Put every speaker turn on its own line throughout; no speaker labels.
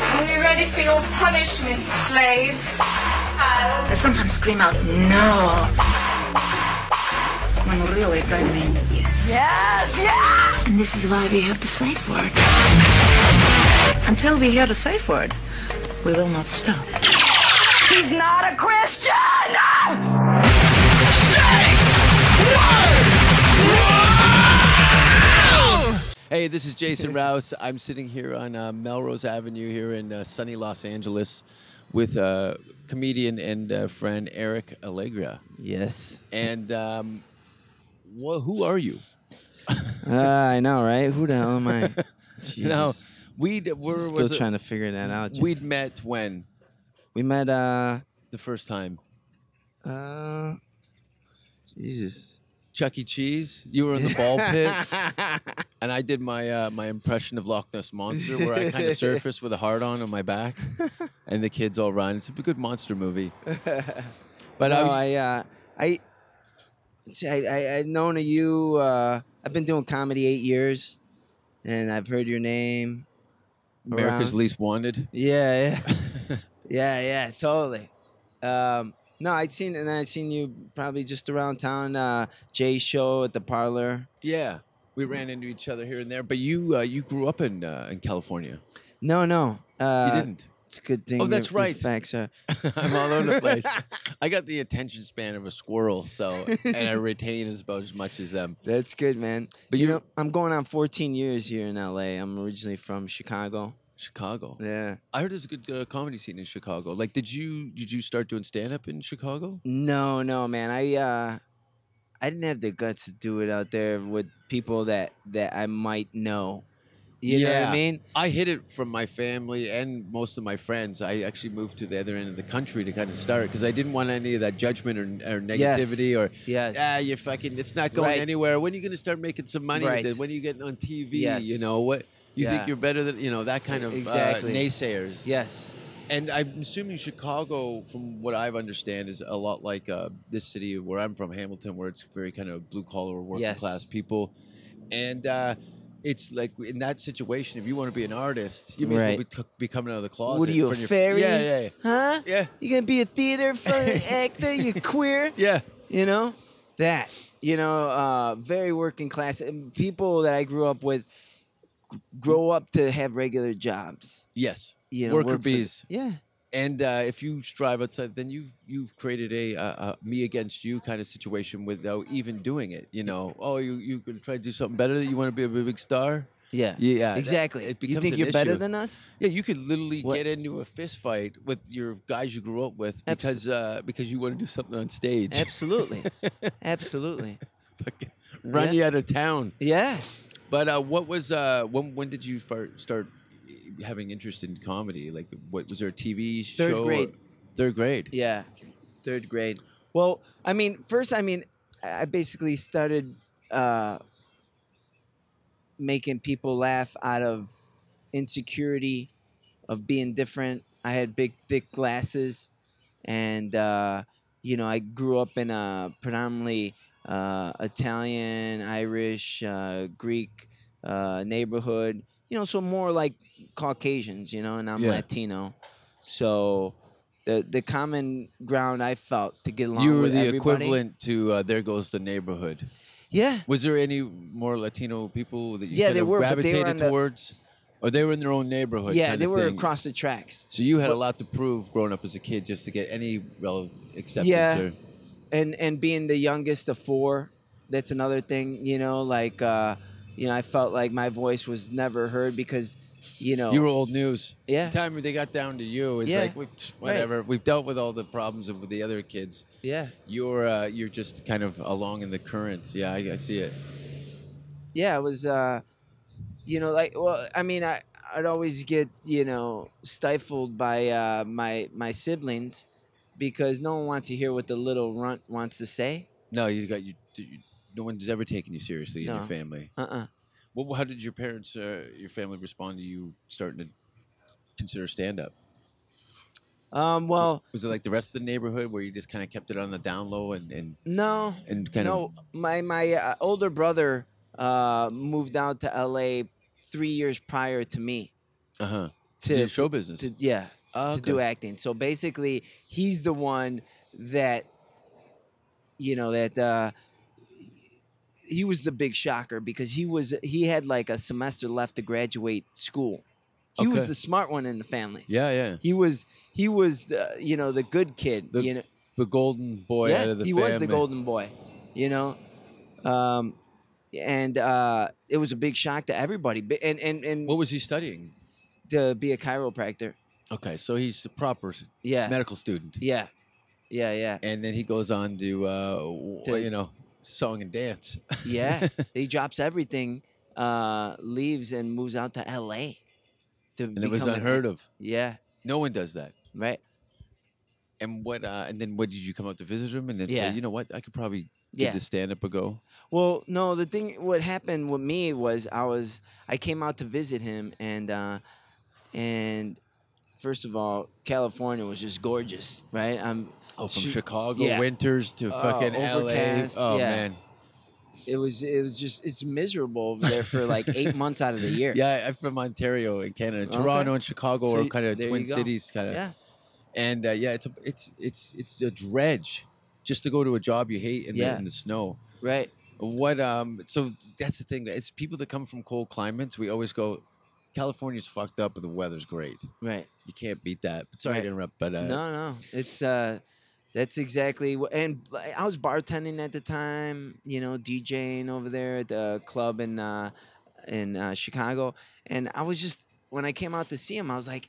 Are you ready for your punishment, slave?
I sometimes scream out, no. When really I mean, yes. Yes, yes! And this is why we have the safe word. Until we hear the safe word, we will not stop. She's not a Christian!
Hey, this is Jason Rouse. I'm sitting here on uh, Melrose Avenue here in uh, sunny Los Angeles with uh, comedian and uh, friend Eric Allegra.
Yes.
And um, wha who are you?
Uh, I know, right? Who the hell am I? Jesus.
No, we d- were
Still
was it-
trying to figure that out.
We'd met when
we met, uh,
the first time
uh, Jesus.
Chuck E. Cheese. You were in the ball pit, and I did my uh, my impression of Loch Ness monster, where I kind of surfaced with a heart on on my back, and the kids all run. It's a good monster movie. But
no,
I,
I, uh, I, see, I, I, I've known of you. Uh, I've been doing comedy eight years, and I've heard your name.
America's
around.
Least Wanted.
Yeah, yeah, yeah, yeah, totally. Um, no, I'd seen, and I'd seen you probably just around town. Uh, Jay's show at the parlor.
Yeah,
Mm.
we ran into each other here and there. But you, uh, you grew up in uh, in California.
No, no, uh,
you didn't.
It's a good thing.
Oh, that's
your- your
right.
Facts are.
I'm all over the place. I got the attention span of a squirrel, so and I retain as about as much as um, them.
That's good, man.
But
But you
you-
know, I'm going on 14 years here in LA. I'm originally from Chicago.
Chicago.
Yeah.
I heard there's a good uh, comedy scene in Chicago. Like, did you did you start doing stand up in Chicago?
No, no, man. I uh, I didn't have the guts to do it out there with people that that I might know. You know what
Yeah.
I mean?
I hid it from my family and most of my friends. I actually moved to the other end of the country to kind of start because I didn't want any of that judgment or, or negativity
Yes.
or
Yes.
ah, you're fucking, it's not going
Right.
anywhere. When are you going to start making some money?
Right.
With this? When are you getting on TV?
Yes.
You know what? You think
Yeah.
you're better than you know that kind of
Exactly.
uh, naysayers.
yes.
And I'm assuming Chicago, from what I understand, is a lot like uh, this city where I'm from, Hamilton, where it's very kind of blue collar working
Yes.
class people. And uh, it's like in that situation, if you want to be an artist, you may as well
Right.
be, t- be coming out of the closet.
what are you, a
from your-
fairy?
Yeah, yeah, yeah.
Huh?
Yeah.
You gonna be a theater fucking actor? You queer?
Yeah.
you know that you know uh very working class and people that i grew up with g- grow up to have regular jobs
Yes.
you know
Worker
work for-
bees.
yeah
And uh, if you strive outside, then you've you've created a, uh uh me against you kind of situation without even doing it. You know, oh, you you could try to do something better. That you want to be a big star.
yeah
Yeah, that-
exactly
it
you
becomes
think
an
you're better
issue.
than us
Yeah, you could literally
What-
get into a fist fight with your guys you grew up with
Abs-
because uh, because you want to do something on stage.
absolutely absolutely
Fucking Run
Yeah.
you out of town.
yeah
But uh, what was uh, when when did you far, start having interest in comedy? Like, what was there a TV show?
Third
or-
grade.
Third grade.
yeah third grade well i mean first i mean i I basically started uh making people laugh out of insecurity of being different. I had big, thick glasses, and uh, you know, I grew up in a predominantly uh, Italian, Irish, uh, Greek uh, neighborhood. You know, so more like Caucasians. You know, and I'm
Yeah.
Latino, so. The, the common ground I felt to get along
You were
with
the
everybody.
equivalent to uh, "There Goes the Neighborhood."
yeah
Was there any more Latino people that you
Yeah,
kind
they
of
were, but they were
gravitated
on the-
towards, or they were in their own neighborhood?
yeah
kind
they
of
were
thing?
across the tracks
So you had a lot to prove growing up as a kid just to get any rel- acceptance.
Yeah.
Or,
and and being the youngest of four that's another thing you know like uh you know i felt like my voice was never heard because you know
You were old news.
Yeah.
The time they got down to you, it's
Yeah.
like we've, whatever. We've dealt with all the problems of the other kids.
yeah
You're uh, you're just kind of along in the current. Yeah, I, I see it.
yeah it was uh you know like well i mean i i'd always get you know stifled by uh my my siblings because no one wants to hear what the little runt wants to say
No, you got you. you no one's ever taken you seriously in
No.
your family.
uh-uh
Well, how did your parents, uh, your family, respond to you starting to consider stand up?
um well
was it like the rest of the neighborhood where you just kind of kept it on the down low and and,
no
and kind
no,
of
my my uh, older brother uh, moved out to LA three years prior to me,
uh huh to,
to,
show business.
to yeah
Ah,
to
okay.
do acting. So basically, he's the one that you know that uh, he was the big shocker because he was he had like a semester left to graduate school. He was
Okay.
the smart one in the family.
yeah, yeah.
He was he was the, you know the good kid.
The
you know,
The golden boy out of the
he
family.
was the golden boy. You know, um, and uh, it was a big shock to everybody. Bi- And and and
What was he studying?
to be a chiropractor.
Okay, so he's a proper s-
Yeah,
medical student,
yeah, yeah, yeah.
and then he goes on to, uh, w-
To-
you know, song and dance.
Yeah, he drops everything, uh, leaves and moves out to L.A. To
and it was
become an
unheard
act-
of.
Yeah,
No one does that.
right.
And what? Uh, and then what did you come up to visit him and then
Yeah.
say, you know what? I could probably give
Yeah.
this stand up a go.
Well, no, the thing what happened with me was I was I came out to visit him and uh, and first of all, California was just gorgeous, right? I'm
Oh, from
She-
Chicago
yeah.
winters to
Oh,
fucking
overcast,
LA. Oh
yeah.
man,
it was it was just it's miserable over there for like eight months out of the year.
yeah. I'm from Ontario in Canada.
Okay.
Toronto and Chicago
So
are
you-
kind of
there you
twin
go.
cities, kind of.
yeah,
And uh, yeah, it's a, it's it's it's a dredge just to go to a job you hate in,
Yeah.
the, in the snow.
right.
What um? So that's the thing. It's people that come from cold climates. We always go, California's fucked up, but the weather's great.
Right.
You can't beat that. Sorry
Right.
to interrupt, but uh,
no, no. It's uh that's exactly what and like, I was bartending at the time, you know, DJing over there at the club in uh in uh, Chicago and I was just when I came out to see him, I was like,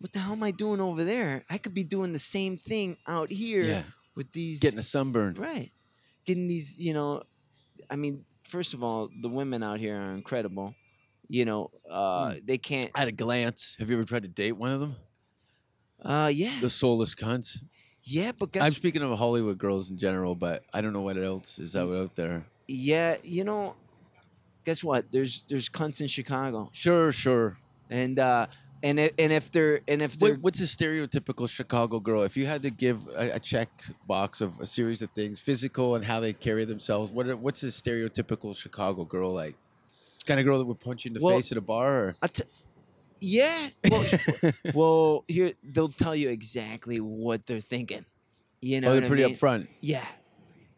what the hell am I doing over there? I could be doing the same thing out here
yeah,
with these
getting a sunburn.
right. Getting these, you know, I mean, first of all, the women out here are incredible. You know, uh, they can't.
At a glance, have you ever tried to date one of them?
Uh, yeah,
The soulless cunts.
yeah, but guess
I'm speaking of Hollywood girls in general, but I don't know what else is out out there.
Yeah, you know, guess what? There's there's cunts in Chicago,
Sure, sure.
and uh, and if, and if they're and if they're
What, what's a stereotypical Chicago girl? If you had to give a, a check box of a series of things, physical and how they carry themselves, what are, what's a stereotypical Chicago girl like? It's kind of girl that would punch you in the
Well-
face at a bar, or oh,
I t- yeah, well, well, here they'll tell you exactly what they're thinking. You know,
oh,
what
they're
I
pretty
mean?
upfront.
Yeah,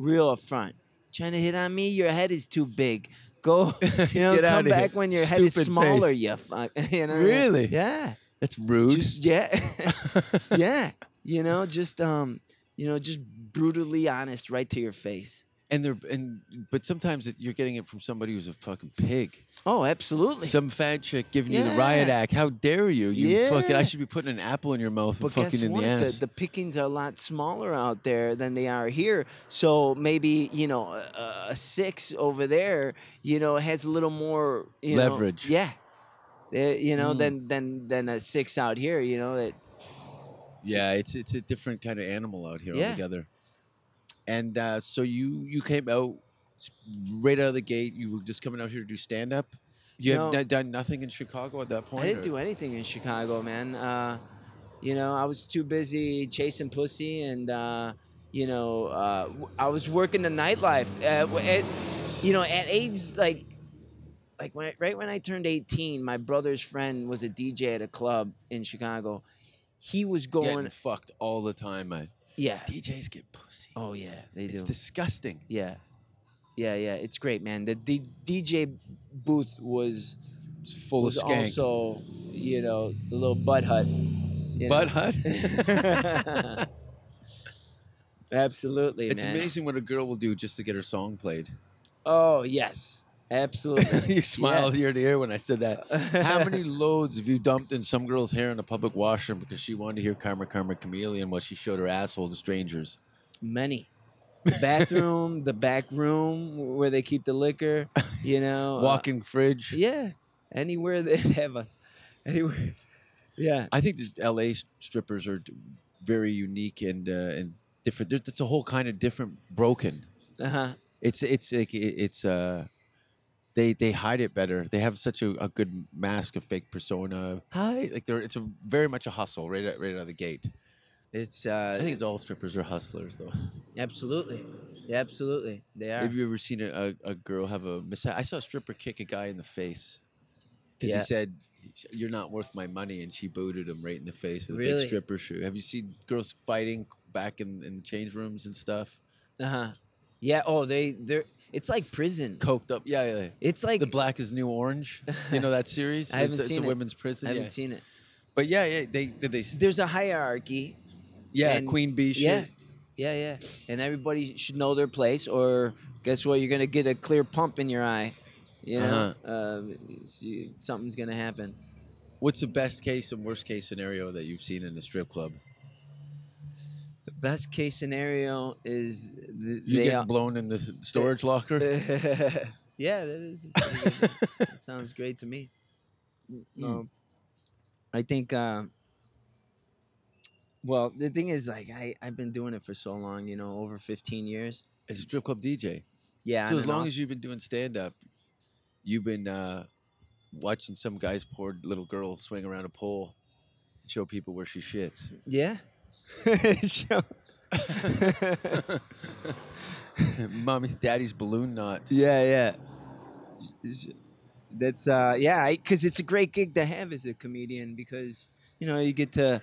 real upfront. Trying to hit on me? Your head is too big. Go, you know,
Get
come
outta here,
back when your head is
stupid
smaller.
face.
You, fuck, you know?
Really?
Yeah.
That's rude.
Just yeah. yeah you know just um you know just brutally honest right to your face
and they're and but sometimes it, you're getting it from somebody who's a fucking pig.
oh absolutely
Some fat chick giving you the riot
Yeah.
act. How dare you? You fucking. I
Yeah.
should be putting an apple in your mouth and
but
fucking
guess
in
what
the ass.
the, the pickings are a lot smaller out there than they are here so maybe you know a, a six over there you know has a little more you know-
Leverage.
yeah Eh, you know
Mm.
than than than a six out here you know that
Yeah, it's it's a different kind of animal out here
Yeah.
altogether. And uh, so you you came out s- right out of the gate. You were just coming out here to do stand up. You
No.
had done nothing in Chicago at that point.
I didn't do anything in Chicago, man. Uh, you know, I was too busy chasing pussy, and uh, you know, uh, w- I was working the nightlife. Uh, w- at, you know, at age like, like when I, right when I turned eighteen, my brother's friend was a DJ at a club in Chicago. He was
Getting
going,
fucked all the time. I
yeah.
DJs get pussy.
Oh yeah, they do.
it's disgusting.
Yeah, yeah, yeah. It's great, man. The D- DJ booth was
It's full of
was
skank.
also, you know, the little butt hut. you know.
Butt hut.
Absolutely,
it's
man.
amazing what a girl will do just to get her song played.
Oh yes, absolutely.
you smiled ear to ear when I said that. How many loads have you dumped in some girl's hair in a public washroom because she wanted to hear Karma Karma Chameleon while she showed her asshole to strangers?
Many. The bathroom, the back room where they keep the liquor. You know, uh,
Walk-in fridge.
yeah, anywhere they'd have us. Anywhere. Yeah.
I think the LA s- strippers are d- very unique and uh, and different. There- It's a whole kind of different broken.
Uh huh.
It's it's like it- it's uh they they hide it better. They have such a, a good mask, a fake persona. Hi, like they're it's a very much a hustle right out, right out of the gate.
It's uh,
I think it's all strippers are hustlers though.
absolutely, yeah, absolutely. They are.
Have you ever seen a, a, a girl have a mishap? I saw a stripper kick a guy in the face because
Yeah.
he said "You're not worth my money," and she booted him right in the face with a
Really?
big stripper shoe. Have you seen girls fighting back in, in the change rooms and stuff?
Uh huh. Yeah. Oh, they they're. It's like prison.
Coked up, yeah, yeah. yeah.
It's like
the Black is New Orange. You know that series?
I haven't
it's, it's
seen
a
it.
women's
I
prison.
haven't
yeah.
seen it.
but yeah, yeah, they did they. s-
There's a hierarchy.
Yeah,
and-
Queen Bee shit.
Yeah. Yeah, yeah. And everybody should know their place, or guess what? You're gonna get a clear pump in your eye. You know,
Uh-huh.
Um, it's- you- something's gonna happen.
What's the best case and worst case scenario that you've seen in a strip club?
The best case scenario is th-
You
they
getting
all-
blown in the s- storage locker?
yeah, that is. a pretty good- that sounds great to me.
Hmm.
Um, I think. Um, well, the thing is, like, I I've been doing it for so long, you know, over 15 years.
As a strip club DJ.
Yeah.
so
on
as
and
long
off.
as you've been doing stand up, you've been uh, watching some guys poor little girl swing around a pole and show people where she shits.
yeah. Sure.
Mommy, daddy's balloon knot.
Yeah, yeah. Is- That's uh, yeah, because it's a great gig to have as a comedian because you know you get to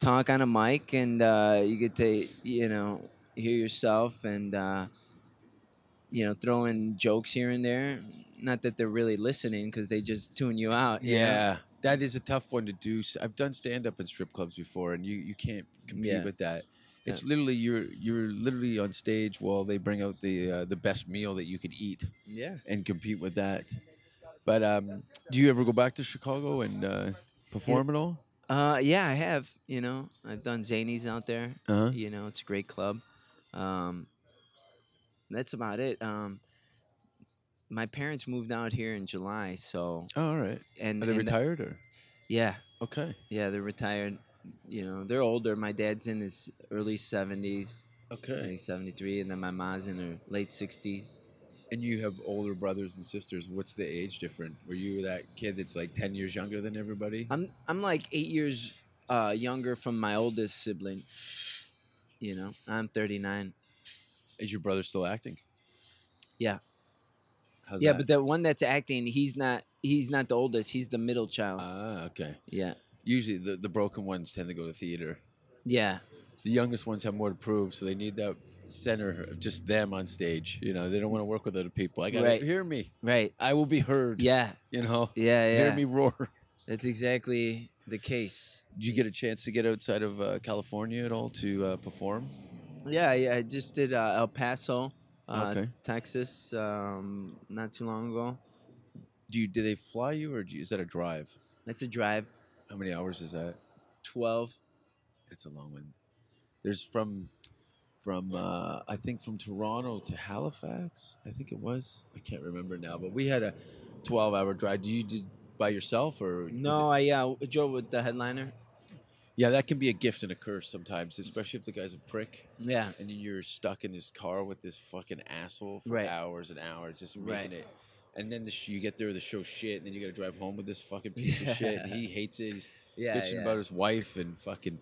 talk on a mic and uh, you get to you know hear yourself and uh, you know throw in jokes here and there. Not that they're really listening because they just tune you out. you know?
Yeah, that is a tough one to do. S- I've done stand up in strip clubs before, and you you can't compete
Yeah.
with that. It's literally you're you're literally on stage while they bring out the uh, the best meal that you could eat
yeah.
and compete with that. But um, do you ever go back to Chicago and uh, perform at all?
Uh, yeah, I have. You know, I've done Zanies out there.
Uh-huh.
You know, it's a great club. Um, that's about it. Um, my parents moved out here in July, so
Oh, all right.
and
Are they
and-
retired or?
Yeah,
Okay.
yeah, they're retired. You know, they're older. My dad's in his early seventies,
Okay.
he's seventy three, and then my mom's in her late sixties.
And you have older brothers and sisters. What's the age difference? Were you that kid that's like ten years younger than everybody?
I'm I'm like eight years uh, younger from my oldest sibling. You know, I'm thirty nine.
Is your brother still acting?
Yeah.
How's
Yeah,
that?
but the one that's acting, he's not he's not the oldest. He's the middle child.
Ah, okay.
yeah,
Usually the, the broken ones tend to go to theater.
yeah,
The youngest ones have more to prove, so they need that center of just them on stage. You know, they don't want to work with other people. I gotta
Right.
hear me.
right.
I will be heard.
Yeah,
You know,
yeah, yeah.
hear me roar.
That's exactly the case.
Did you get a chance to get outside of uh, California at all to uh, perform?
Yeah, yeah. I just did uh, El Paso, uh,
Okay.
Texas, um, not too long ago.
Do you? Do they fly you, or do you, is that a drive?
That's a drive,
How many hours is that?
twelve.
It's a long one. There's from from uh, I think from Toronto to Halifax. I think it was. I can't remember now, but we had a 12 hour drive. Do you did by yourself or did it-
No, I yeah, uh, drove with the headliner.
Yeah, that can be a gift and a curse sometimes, especially if the guy's a prick
Yeah,
and then you're stuck in his car with this fucking asshole for
Right.
hours and hours, just making
Right.
it. And then the sh- you get there, the show shit, and then you got to drive home with this fucking piece of shit. And he hates it. He's
yeah,
bitching
yeah.
about his wife and fucking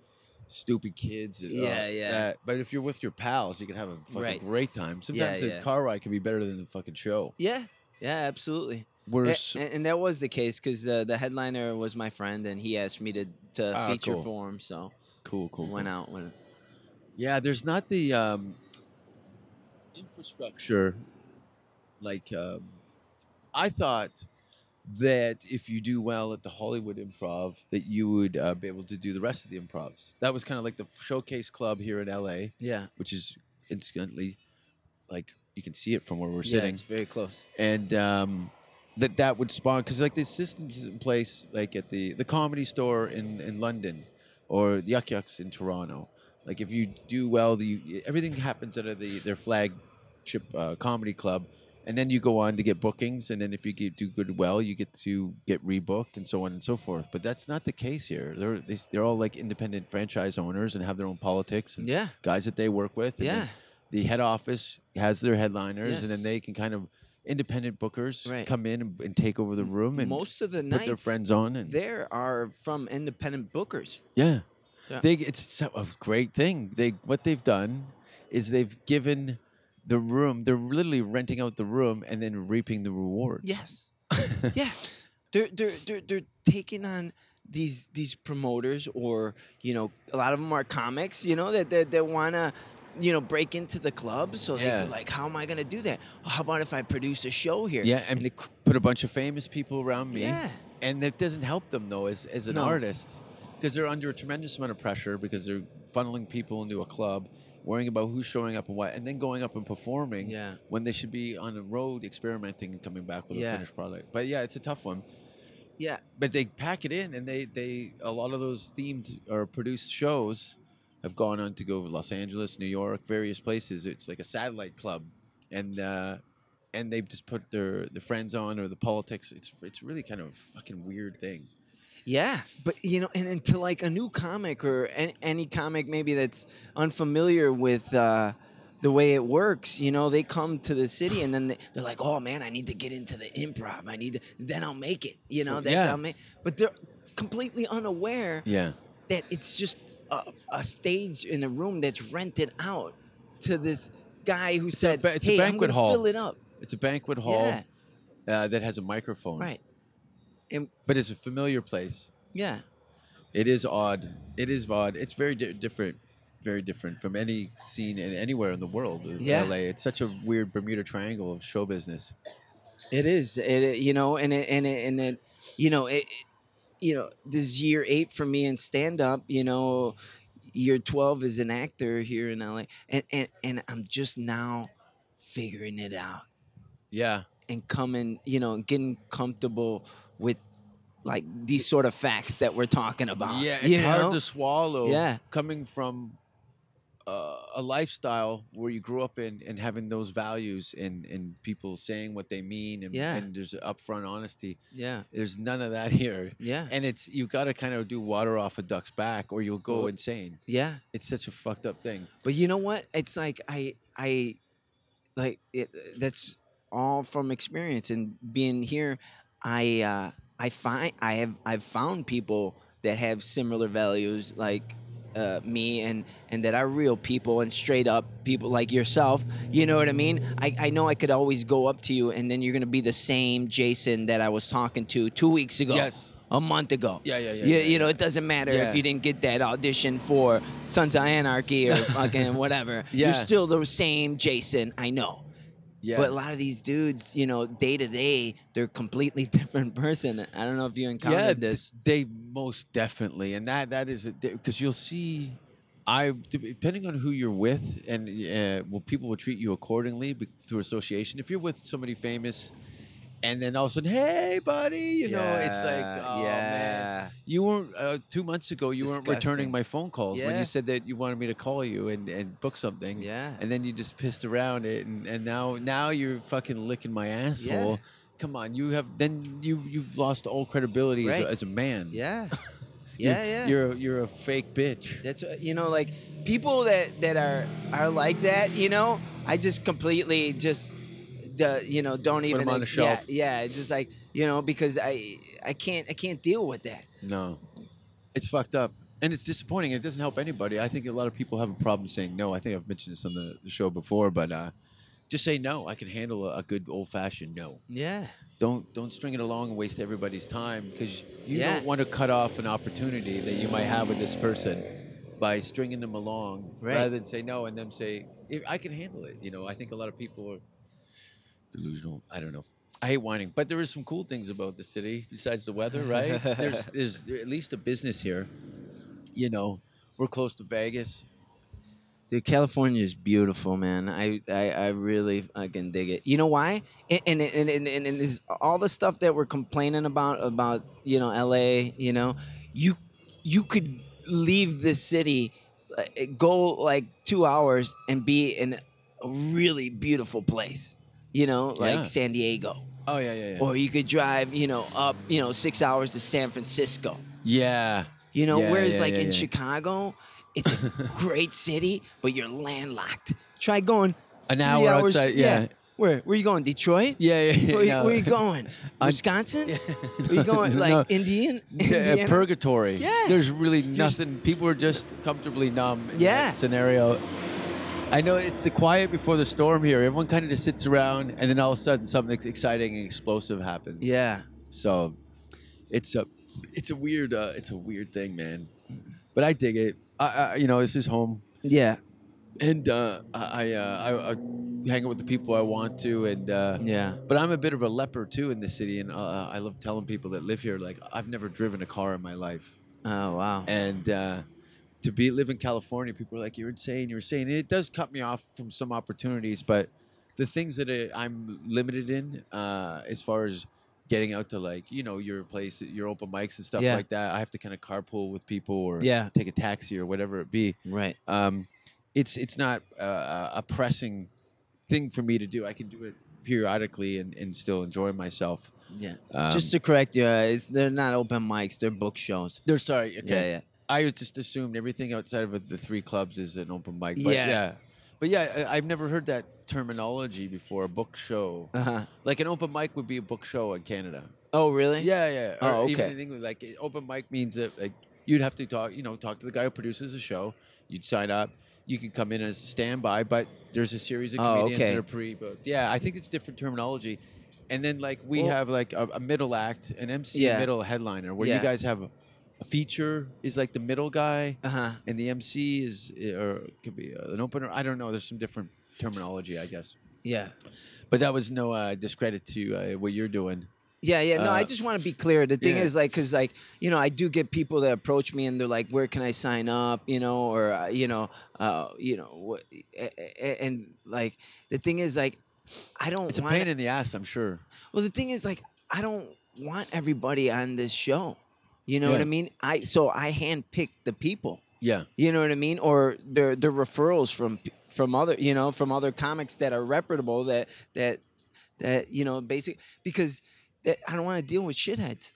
stupid kids. And, uh,
Yeah, yeah.
that. But if you're with your pals, you can have a fucking
Right.
great time. Sometimes the
yeah.
car ride can be better than the fucking show.
yeah, yeah, absolutely. A-
Worse.
And, and that was the case because uh, the headliner was my friend, and he asked me to to
Ah,
feature
cool.
for him, so
cool, cool.
went out with.
Yeah, there's not the um, infrastructure. Like, um, I thought that if you do well at the Hollywood Improv, that you would uh, be able to do the rest of the improvs. That was kind of like the showcase club here in LA,
Yeah,
which is incidentally, like you can see it from where we're
yeah,
sitting
It's very close.
and um, that that would spawn because like the systems in place like at the the comedy store in in London or the Yuck Yucks in Toronto. Like if you do well, the, you, everything happens out of the their flagship uh, comedy club, and then you go on to get bookings, and then if you get, do good well, you get to get rebooked and so on and so forth. But that's not the case here. They're they, they're all like independent franchise owners and have their own politics and
Yeah,
guys that they work with. and then
yeah,
the head office has their headliners, and
Yes.
then they can kind of independent bookers
Right.
come in and, and take over the room and
Most of the
put their
nights
friends on. And
there are from independent bookers.
yeah,
Yeah.
they it's so- a great thing. They what they've done is they've given the room. They're literally renting out the room and then reaping the rewards.
Yes. yeah. they're they're they're, they're taking on these these promoters or you know a lot of them are comics you know that that, that want to you know break into the club so
Yeah.
they're like how am i going to do that how about if i produce a show here
Yeah, and,
it cr-
put a bunch of famous people around me.
Yeah.
And that doesn't help them though as, as an
No.
artist because they're under a tremendous amount of pressure because they're funneling people into a club, worrying about who's showing up and what, and then going up and performing
Yeah.
when they should be on the road experimenting and coming back with
Yeah.
a finished product. But yeah, it's a tough one.
yeah
But they pack it in and they, they a lot of those themed or produced shows have gone on to go to Los Angeles, New York, various places. It's like a satellite club. And uh and they just put their, their friends on or the politics. It's it's really kind of a fucking weird thing.
Yeah, but you know, and, and to like a new comic or any, any comic maybe that's unfamiliar with uh, the way it works, you know, they come to the city and then they, they're like, "Oh man, I need to get into the improv. I need to, then I'll make it." You know, that's
Yeah.
how ma- But they're completely unaware
Yeah.
that it's just a, a stage in a room that's rented out to this guy who said,
ba- it's a
"Hey, I'm
banquet
gonna
hall.
fill it up."
It's a banquet hall
Yeah.
uh, that has a microphone.
Right. And
But it's a familiar place.
yeah,
It is odd. It is odd. It's very di- different, very different from any scene in anywhere in the world. in
Yeah.
LA. It's such a weird Bermuda Triangle of show business.
It is. It, it- you know, and it and it and it you know it, it- you know this is year eight for me in stand up. You know, year twelve as an actor here in LA, and and and I'm just now figuring it out
Yeah.
and coming, you know, getting comfortable with like these sort of facts that we're talking about.
Yeah, it's
Ah, you know?
hard to swallow.
Yeah.
coming from uh, a lifestyle where you grew up in and having those values and and people saying what they mean and,
Yeah.
and there's upfront honesty.
yeah,
There's none of that here.
Yeah.
and it's you got to kind of do water off a duck's back or you'll go
Well-
insane.
yeah.
It's such a fucked up thing.
But you know what? It's like I I like it, that's all from experience and being here. I uh, I find I have I've found people that have similar values like uh, me and and that are real people and straight up people like yourself. You know what I mean? I, I know I could always go up to you and then you're gonna be the same Jason that I was talking to two weeks ago.
Yes.
A month ago.
Yeah, yeah, yeah,
You,
yeah,
you know,
yeah.
it doesn't matter
Yeah.
if you didn't get that audition for Sons of Anarchy or fucking whatever.
Yeah.
You're still the same Jason, I know.
Yeah,
But a lot of these dudes, you know, day to day, they're completely different person. I don't know if you encountered
yeah, th-
this.
they most definitely, and that that is because you'll see. I depending on who you're with, and uh, well, people will treat you accordingly be- through association. If you're with somebody famous, and then all of a sudden, hey, buddy, you know, it's like,
Yeah,
oh
yeah.
man, you weren't uh, two months ago,
It's
you weren't
disgusting.
returning my phone calls when
Yeah.
you said that you wanted me to call you and, and book something,
Yeah.
and then you just pissed around it, and, and now now you're fucking licking my asshole. Come on, you have then you you've lost all credibility as,
Right.
a, as a man.
Yeah.
You-
yeah, yeah.
You're you're a fake bitch.
That's what- you know, like people that that are are like that. You know, I just completely just, duh, you know, don't even.
'em on
like,
the shelf.
Yeah, yeah. It's just like you know because I I can't I can't deal with that.
No, it's fucked up, and it's disappointing. It doesn't help anybody. I think a lot of people have a problem saying no. I think I've mentioned this on the, the show before, but uh, just say no. I can handle a, a good old fashioned no.
Yeah.
Don't don't string it along and waste everybody's time because you
Yeah.
don't want to cut off an opportunity that you might have with this person by stringing them along
Right.
rather than say no and them say "I- I can handle it. You know, I think a lot of people are delusional. I don't know. I hate whining, but there is some cool things about the city besides the weather, right? there's there's at least a business here. You know, we're close to Vegas.
Dude, California is beautiful, man. I, I, I really fucking dig it. You know why? And and and and, and, and is all the stuff that we're complaining about about you know L.A. You know, you you could leave this city, uh, go like two hours and be in a really beautiful place. You know, like
Yeah.
San Diego,
Oh yeah, yeah, yeah.
or you could drive you know up you know six hours to San Francisco.
yeah.
You know,
Yeah,
whereas
yeah,
like
yeah,
in
yeah.
Chicago, it's a great city, but you're landlocked. Try going
An
three
hour
hours-
outside, yeah.
Where where you going? Detroit?
Yeah, yeah, yeah.
Where, you-
no.
where you going?
I'm-
Wisconsin? Where you going?
No.
Like Indian?
Yeah,
Indiana?
purgatory.
Yeah.
There's really
s-
nothing. People are just comfortably numb in
Yeah.
that scenario. I know it's the quiet before the storm here. Everyone kind of just sits around, and then all of a sudden something ex- exciting and explosive happens.
yeah.
So it's a it's a weird uh, it's a weird thing, man. But I dig it. I, I you know this is home,
Yeah,
and uh, I, I, uh, I I hang out with the people I want to, and uh,
yeah.
but I'm a bit of a leper too in the city, and uh, I love telling people that live here like I've never driven a car in my life,
Oh wow.
and. Uh, to be live in California, people are like, "You're insane, you're insane." And it does cut me off from some opportunities, but the things that I- I'm limited in, uh, as far as getting out to like you know your place, your open mics and stuff
Yeah.
like that, I have to kind of carpool with people or
Yeah.
take a taxi or whatever it be.
Right.
Um, it's it's not uh, a pressing thing for me to do. I can do it periodically and, and still enjoy myself.
Yeah.
Um,
Just to correct you, uh, it's, they're not open mics; they're book shows.
they're sorry. Okay.
Yeah, yeah.
I just assumed everything outside of the three clubs is an open mic. But
Yeah.
yeah. But yeah, I, I've never heard that terminology before. A book show,
Uh-huh.
like an open mic, would be a book show in Canada.
Oh, really?
Yeah, yeah. Or
Oh,
Even
okay.
in England, like it- open mic means that like you'd have to talk, you know, talk to the guy who produces the show. You'd sign up. You could come in as a standby, but there's a series of
Oh,
comedians
okay.
that are pre-booked. Yeah, I think it's different terminology. And then like we
Well-
have like a, a middle act, an MC
Yeah.
middle headliner, where
Yeah.
you guys have a feature is like the middle guy,
Uh huh.
and the MC is eh, or could be uh, an opener. I don't know. There's some different terminology, I guess.
Yeah.
But that was no uh, discredit to uh, what you're doing.
Yeah, yeah. No, I
Uh,
just want to be clear. The thing
yeah.
is, like, because, like, you know, I do get people that approach me and they're like, "Where can I sign up?" You know, or uh, you know, uh, you know, what, a- a- and like, the thing is, like, I don't.
It's a
want,
pain in the ass, I'm sure.
Well, the thing is, like, I don't want everybody on this show. You know what
Yeah.
I mean? I so I handpick the people.
Yeah.
You know what I mean? Or their their referrals from from other you know from other comics that are reputable that that that you know basic because that, I don't want to deal with shitheads.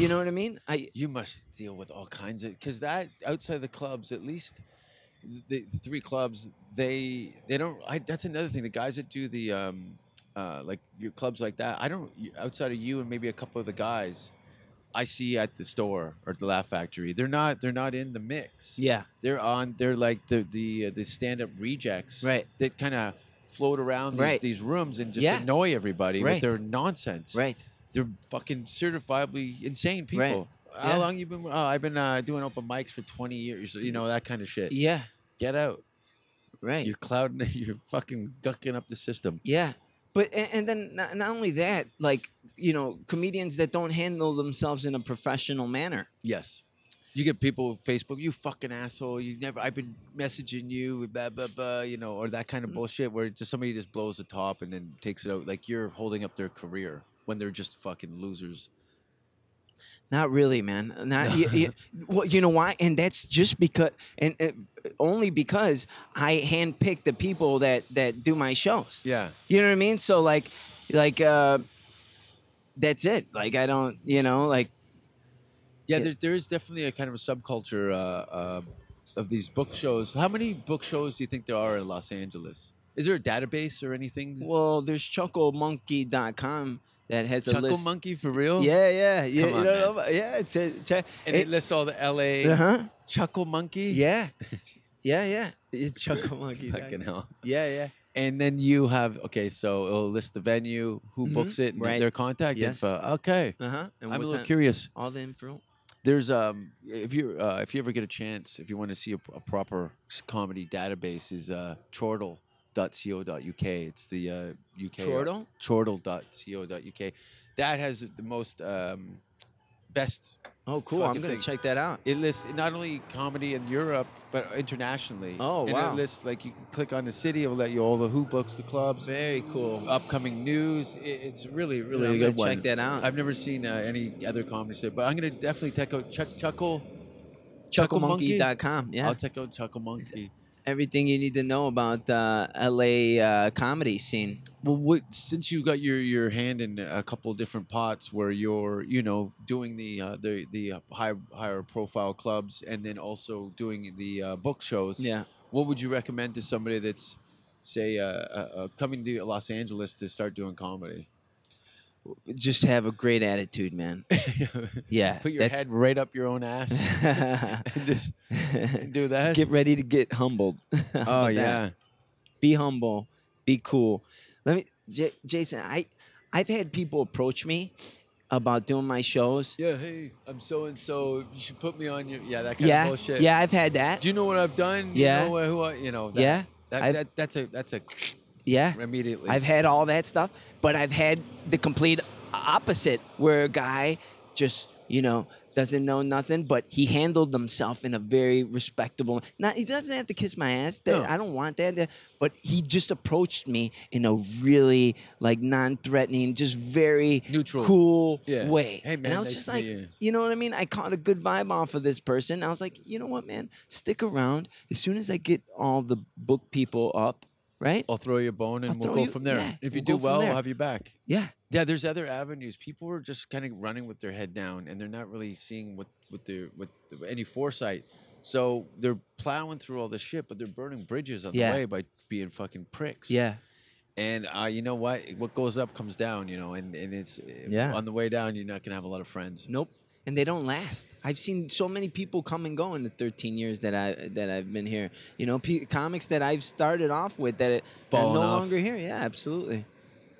You know what I mean? I
You must deal with all kinds of because that outside the clubs, at least the the three clubs, they they don't. I, that's another thing. The guys that do the um, uh, like your clubs like that, I don't. you- Outside of you and maybe a couple of the guys, I see at the store or at the Laugh Factory, they're not they're not in the mix.
yeah
they're on. They're like the the uh, the stand up rejects
right
that kind of float around these,
Right.
these rooms and just
Yeah.
annoy everybody
Right.
with their nonsense.
right
they're fucking certifiably insane people.
Right.
How
Yeah.
long you been? Oh, I've been uh, doing open mics for twenty years. You know that kind of shit.
yeah
Get out.
right
You're clouding. You're fucking gucking up the system.
yeah. But and, and then not, not only that, like you know, comedians that don't handle themselves in a professional manner.
Yes. You get people with Facebook. You fucking asshole. You never. I've been messaging you. Blah blah blah. You know, or that kind
Mm.
of bullshit where just somebody just blows the top and then takes it out. Like you're holding up their career when they're just fucking losers.
Not really, man. Not y y- well. You know why? And that's just because, and uh, only because I handpick the people that that do my shows.
Yeah.
You know what I mean? So like, like uh, that's it. Like I don't, you know, like
Yeah,
Yeah.
There, there is definitely a kind of a subculture uh, um of these book shows. How many book shows do you think there are in Los Angeles? Is there a database or anything?
well, there's chucklemonkey.com that has a
Chuckle
list.
Monkey for real?
Yeah, yeah, yeah.
Come
you
on,
don't know about- yeah, it's a, it's a-
And it, lists all the LA
uh huh.
Chuckle Monkey?
Yeah, yeah, yeah. It's chucklemonkey.
Fucking hell.
Yeah, yeah.
And then you have, okay, so it'll list the venue, who
Mhm,
books it, and
right.
their contact
Yes.
info. Okay.
Uh huh. And
I'm a
what
little
time-
curious.
All the info.
There's um, if you uh, if you ever get a chance, if you want to see a, a proper s- comedy database, is uh, chortle.co.uk. It's the uh, UK
Chortle.
chortle.co.uk. That has the most um, best.
Oh, cool! I'm
fucking
gonna
thing.
check that out.
It lists not only comedy in Europe but internationally.
Oh,
and
wow.
It lists like you can click on the city. It'll let you all the who books, the clubs,
Very cool.
upcoming news. I- it's really Uh, really
I'm
a
gonna
good one.
check that out.
I've never seen uh, any other comedy site, but I'm gonna definitely check out Chuck Chuckle.
Chucklemonkey.com. Yeah,
I'll check out Chuckle Monkey.
everything you need to know about uh, LA uh, comedy scene.
Well, what since you got your your hand in a couple different pots where you're you know doing the uh, the the uh, high, higher profile clubs and then also doing the uh, book shows.
Yeah.
What would you recommend to somebody that's say uh, uh, uh, coming to Los Angeles to start doing comedy?
Just have a great attitude, man. Yeah.
Put your head right up your own ass
head.
and just do that.
get ready to get humbled. How
oh
about that?
yeah,
Be humble. Be cool. Let me, J- Jason. I, I've had people approach me, about doing my shows.
Yeah, hey, I'm so and so. You should put me on your yeah, that kind of
Yeah,
bullshit.
yeah, I've had that.
Do you know what I've done?
Yeah.
You know who I you know that,
Yeah,
That,
I've-
that, that's a that's a
yeah,
immediately.
I've had all that stuff, but I've had the complete opposite where a guy just, you know, doesn't know nothing, but he handled himself in a very respectable. Not he doesn't have to kiss my ass. That,
No.
I don't want that, that. But he just approached me in a really like non-threatening, just very
Neutral.
cool
Yeah.
way.
Hey, man,
and I was
nice
just
to
like,
meet you.
you know what I mean? I caught a good vibe off of this person. I was like, you know what, man? Stick around. As soon as I get all the book people up, right?
I'll throw you a bone and
I'll
we'll
throw
go
you-
from there.
yeah,
if you
we'll
do
go from
well, we'll
there.
have you back.
Yeah.
Yeah, there's other avenues. People are just kind of running with their head down, and they're not really seeing what with their with any foresight. So they're plowing through all this shit, but they're burning bridges on
Yeah.
the way by being fucking pricks.
Yeah.
And uh, you know what? What goes up comes down. You know, and and it's eh,
Yeah.
on the way down, you're not gonna have a lot of friends.
Nope. And they don't last. I've seen so many people come and go in the 13 years that I that I've been here. You know, pe comics that I've started off with that it, are
Fallen
no
off.
longer here. Yeah, absolutely.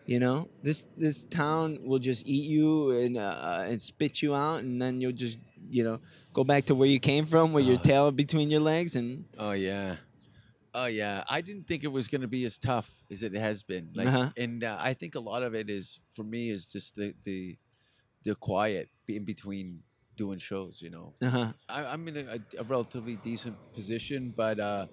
You know, this this town will just eat you and uh, and spit you out, and then you'll just you know go back to where you came from, with your
Ah.
tail between your legs, and
Oh yeah, oh yeah. I didn't think it was gonna be as tough as it has been. Like,
Uh-huh.
and uh, I think a lot of it is for me is just the the the quiet be- in between doing shows. You know,
uh huh,
I, I'm in a, a relatively decent position, but uh,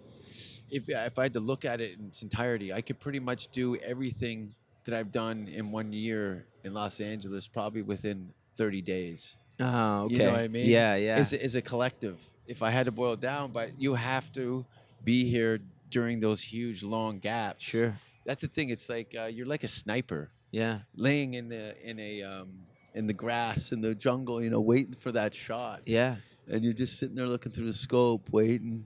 if if I had to look at it in its entirety, I could pretty much do everything that I've done in one year in Los Angeles, probably within 30 days
uh okay,
You know what I mean?
Yeah, yeah,
is is a collective. If I had to boil it down, but you have to be here during those huge long gaps.
sure,
That's the thing. It's like uh, you're like a sniper
yeah,
laying in the in a um, in the grass in the jungle, you know, waiting for that shot.
yeah,
And you're just sitting there looking through the scope, waiting.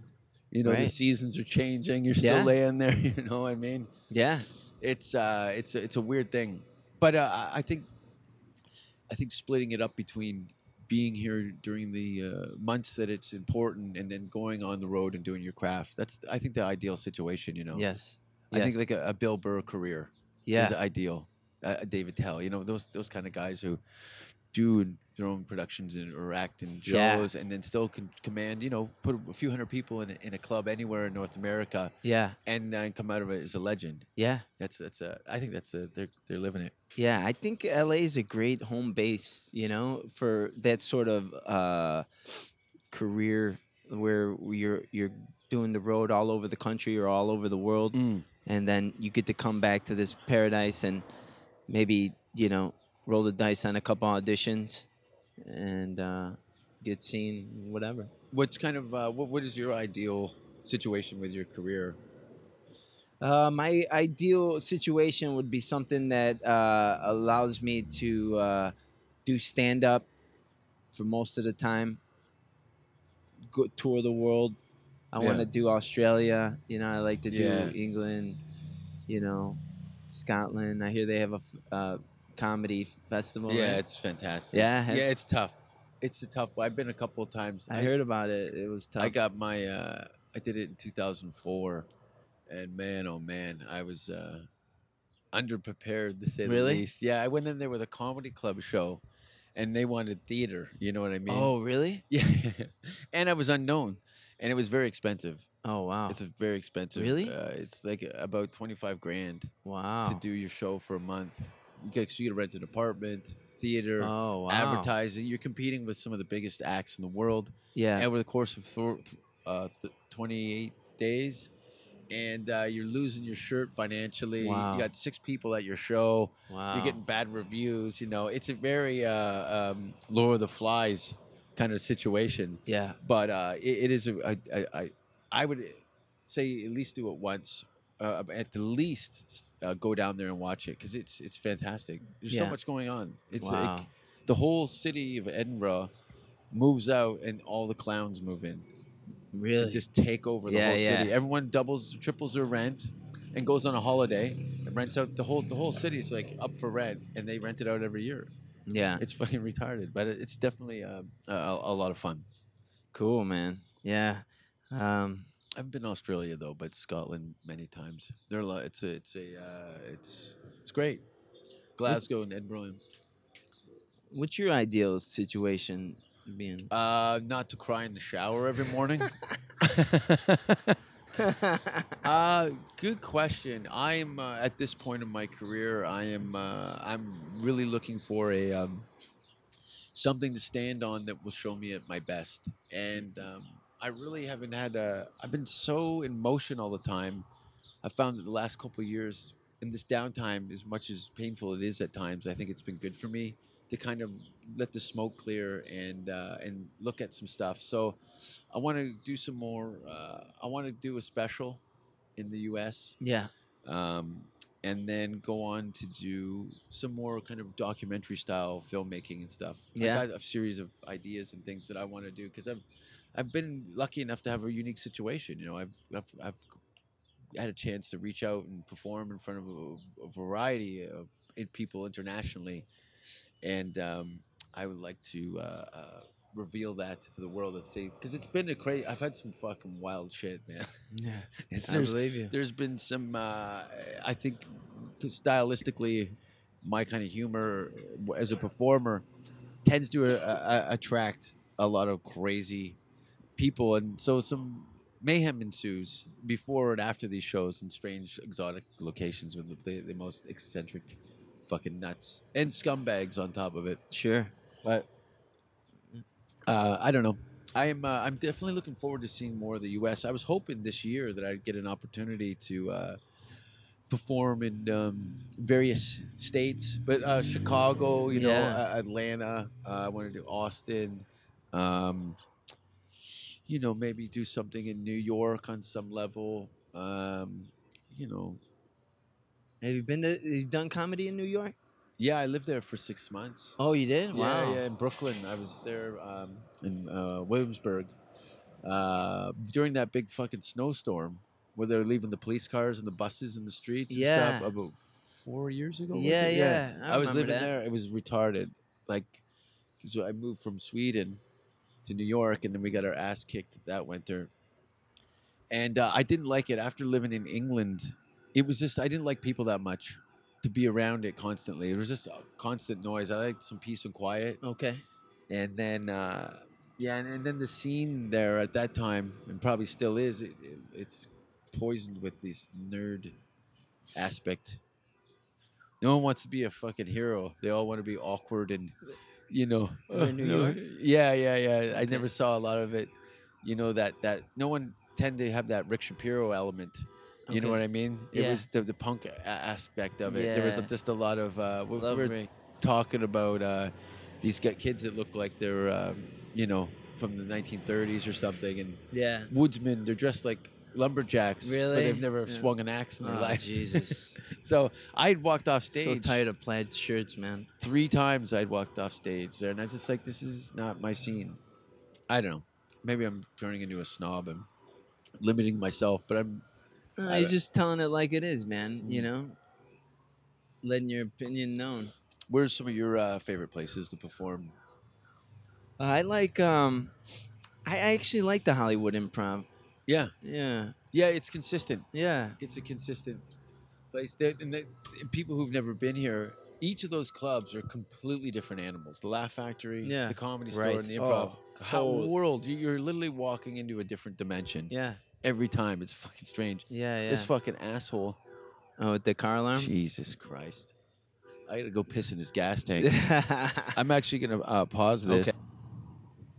You know, the
Right.
seasons are changing. You're still
Yeah.
laying there. You know what I mean?
yeah,
it's uh, it's a, it's a weird thing, but uh, I- I think I think splitting it up between being here during the uh, months that it's important and then going on the road and doing your craft. That's I think the ideal situation. You know,
yes,
I think
yes,
like a, a Bill Burr career
yeah,
is ideal. Uh, a David Tell, you know those those kind of guys who do their own productions and or act in
Yeah.
shows and then still can command you know put a few hundred people in a, in a club anywhere in North America
yeah,
and uh, come out of it as a legend.
yeah.
That's that's uh, I think that's uh, they're they're living it.
Yeah, I think LA is a great home base, you know, for that sort of uh, career where you're you're doing the road all over the country or all over the world,
Mm.
and then you get to come back to this paradise and maybe you know roll the dice on a couple auditions and uh, get seen, whatever.
What's kind of uh, what what is your ideal situation with your career?
Uh, my ideal situation would be something that uh, allows me to uh, do stand up for most of the time, go tour the world. I want
Yeah.
to do Australia. You know, I like to do
Yeah.
England, you know, Scotland. I hear they have a f- uh, comedy festival.
yeah,
right?
it's fantastic.
Yeah, I-
yeah, it's tough. It's a tough. I've been a couple of times.
I heard about it. It was tough.
I got my. Uh, I did it in 2004, and man, oh man, I was uh, underprepared to say
Really?
the least. Yeah, I went in there with a comedy club show, and they wanted theater. You know what I mean?
oh, really?
yeah. and I was unknown, and it was very expensive.
Oh, wow.
It's a very expensive.
Really?
Uh, it's like about 25 grand.
wow.
to do your show for a month. You get, so you get to rent an apartment, theater,
oh, wow.
advertising. You're competing with some of the biggest acts in the world.
Yeah.
And over the course of thor- th- uh, th- 28 days, and uh, you're losing your shirt financially.
Wow.
You got six people at your show.
wow.
You're getting bad reviews. You know, it's a very uh, um, Lord of the Flies kind of situation
yeah.
but uh, it, it is a, I, I, I, I would say at least do it once. Uh, at the least, uh, go down there and watch it because it's it's fantastic. There's so
Yeah.
much going on. It's
wow.
like the whole city of Edinburgh moves out and all the clowns move in. They
really?
just take over the
Yeah,
whole
yeah.
city. Everyone doubles, triples their rent, and goes on a holiday and rents out the whole the whole city is like up for rent, and they rent it out every year.
yeah.
It's fucking retarded, but it- it's definitely uh, a, a lot of fun.
Cool, man. Yeah. Um,
I've been to Australia though, but Scotland many times. They're a lot, it's a it's a uh, it's it's great. Glasgow and Edinburgh.
What's your ideal situation being?
Uh, not to cry in the shower every morning. uh, good question. I'm uh, at this point in my career. I am. Uh, I'm really looking for a um, something to stand on that will show me at my best. And um, I really haven't had a. I've been so in motion all the time. I found that the last couple of years in this downtime, as much as painful it is at times, I think it's been good for me to kind of let the smoke clear and uh, and look at some stuff. So I want to do some more. Uh, I want to do a special in the U.S.
yeah.
Um, and then go on to do some more kind of documentary style filmmaking and stuff.
Yeah.
I got a series of ideas and things that I want to do because I've I've been lucky enough to have a unique situation. You know, I've I've, I've had a chance to reach out and perform in front of a, a variety of in- people internationally, and um, I would like to. Uh, uh, reveal that to the world and see because it's been a crazy i've had some fucking wild shit man
Yeah.
it's
I
there's-
believe you.
there's been some uh, i think 'cause stylistically my kind of humor uh, as a performer tends to uh, uh, attract a lot of crazy people and so some mayhem ensues before and after these shows in strange exotic locations with the, the most eccentric fucking nuts and scumbags on top of it
Sure.
but uh, I don't know. I am. Uh, I'm definitely looking forward to seeing more of the U.S. I was hoping this year that I'd get an opportunity to uh, perform in um, various states, but uh, Chicago, you know,
Yeah.
uh, Atlanta. Uh, I want to do Austin. Um, you know, maybe do something in New York on some level. Um, you know,
Have you been to? You done comedy in New York?
yeah, I lived there for six months.
Oh, you did.
Yeah,
Wow.
yeah, in Brooklyn. I was there um, in uh, Williamsburg uh, during that big fucking snowstorm where they were leaving the police cars and the buses in the streets and
Yeah.
stuff about four years ago. was
Yeah,
it?
yeah, I
I, was
remember
living
that.
there. It was retarded. Like, because I moved from Sweden to New York and then we got our ass kicked that winter. And uh, I didn't like it after living in England. It was just, I didn't like people that much to be around it constantly. It was just uh, constant noise. I liked some peace and quiet
Okay.
and then uh, yeah, and, and then the scene there at that time, and probably still is, it, it, it's poisoned with this nerd aspect. No one wants to be a fucking hero. They all want to be awkward and, you know,
Or in New
no-
York?
Yeah, yeah, yeah. I never saw a lot of it. You know that that no one tend to have that Rick Shapiro element. You know
Okay.
what I mean? It
Yeah.
was the, the punk a- aspect of it. There was
Yeah.
just a lot of uh, we, we
Love
were
Rick.
talking about uh, these got kids that look like they're um, you know from the 1930s or something and
Yeah.
woodsmen they're dressed like lumberjacks but
Really?
they've never
Yeah.
swung an axe in their
Oh,
life
Jesus.
so i'd walked off
so
stage
tired of plaid shirts, man.
three times i'd walked off stage there and i was just like this is not my scene i don't know maybe i'm turning into a snob and limiting myself but i'm
No,
I
you're
don't-
just telling it like it is, man. You know, letting your opinion known.
where's some of your uh, favorite places to perform
I like. Um, I I actually like the Hollywood Improv.
yeah
Yeah.
yeah it's consistent
Yeah.
it's a consistent place. There, and, the, and people who've never been here, each of those clubs are completely different animals. The Laugh Factory,
Yeah,
the Comedy Store,
right.
and the Improv.
Oh,
How in the
totally.
world? You, you're literally walking into a different dimension
Yeah.
every time. It's fucking strange.
Yeah. Yeah.
This fucking asshole.
oh, with the car alarm.
Jesus Christ! I gotta go piss in his gas tank.
yeah.
I'm actually gonna uh, pause this.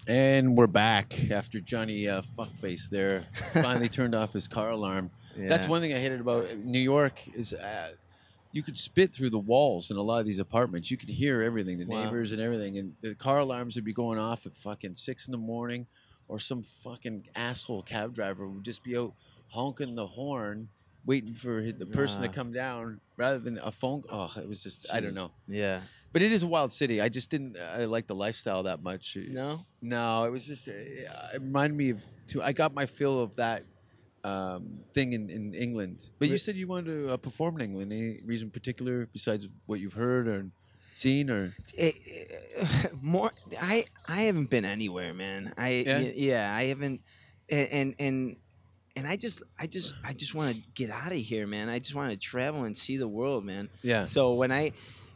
And we're back after Johnny uh, fuckface there finally turned off his car alarm. That's one thing I hated about uh, New York is uh, you could spit through the walls in a lot of these apartments. You could hear everything, the
Wow.
neighbors and everything, and the car alarms would be going off at fucking six in the morning, or some fucking asshole cab driver would just be out honking the horn, waiting for hi- the person
Yeah.
to come down, rather than a phone. Oh, it was just I
Jeez.
don't know.
Yeah.
But it is a wild city. I just didn't uh, I like the lifestyle that much.
No.
No, it was just uh, it reminded me of too. I got my feel of that um, thing in, in England. But you
Re-
said you wanted to uh, perform in England. Any reason in particular besides what you've heard or seen or
it, it- more I I haven't been anywhere, man. I
Yeah?
yeah, yeah I haven't a- and and and I just I just I just want to get out of here, man. I just want to travel and see the world, man.
yeah
So when I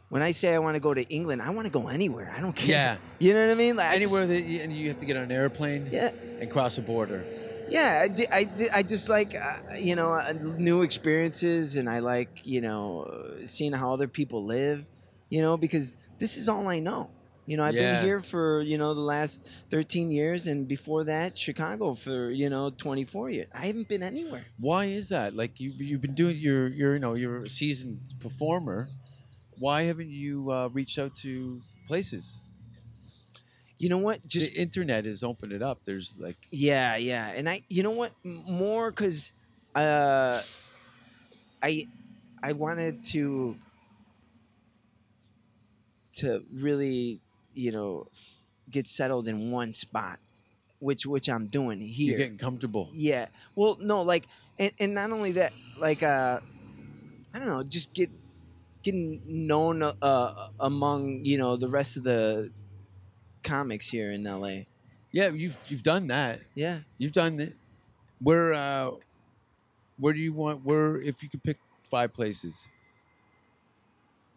when I say I want to go to England, I want to go anywhere. I don't care.
Yeah.
You know what I mean? Like, I just-
Anywhere that you, and you have to get on an airplane
yeah.
and cross a border.
Yeah, I, di- I, di- I just like, uh, you know, uh, new experiences and I like, you know, uh, seeing how other people live, you know, because this is all I know. You know, I've
Yeah.
been here for, you know, the last 13 years and before that, Chicago for, you know, 24 years. I haven't been anywhere.
Why is that? Like you, you've been doing your, your, you know, you're a seasoned performer. Why haven't you uh, reached out to places?
You know what? Just,
the internet has opened it up. There's like,
yeah, yeah. And I, you know what? M- More because uh, I, I wanted to, to really, you know, get settled in one spot, which which I'm doing
you're
here.
getting comfortable.
yeah. Well, no, like, and, and not only that, like, uh, I don't know, just get getting known uh, among you know the rest of the comics here in LA.
Yeah, you've you've done that.
Yeah.
You've done it. Where uh, where do you want? Where if you could pick five places,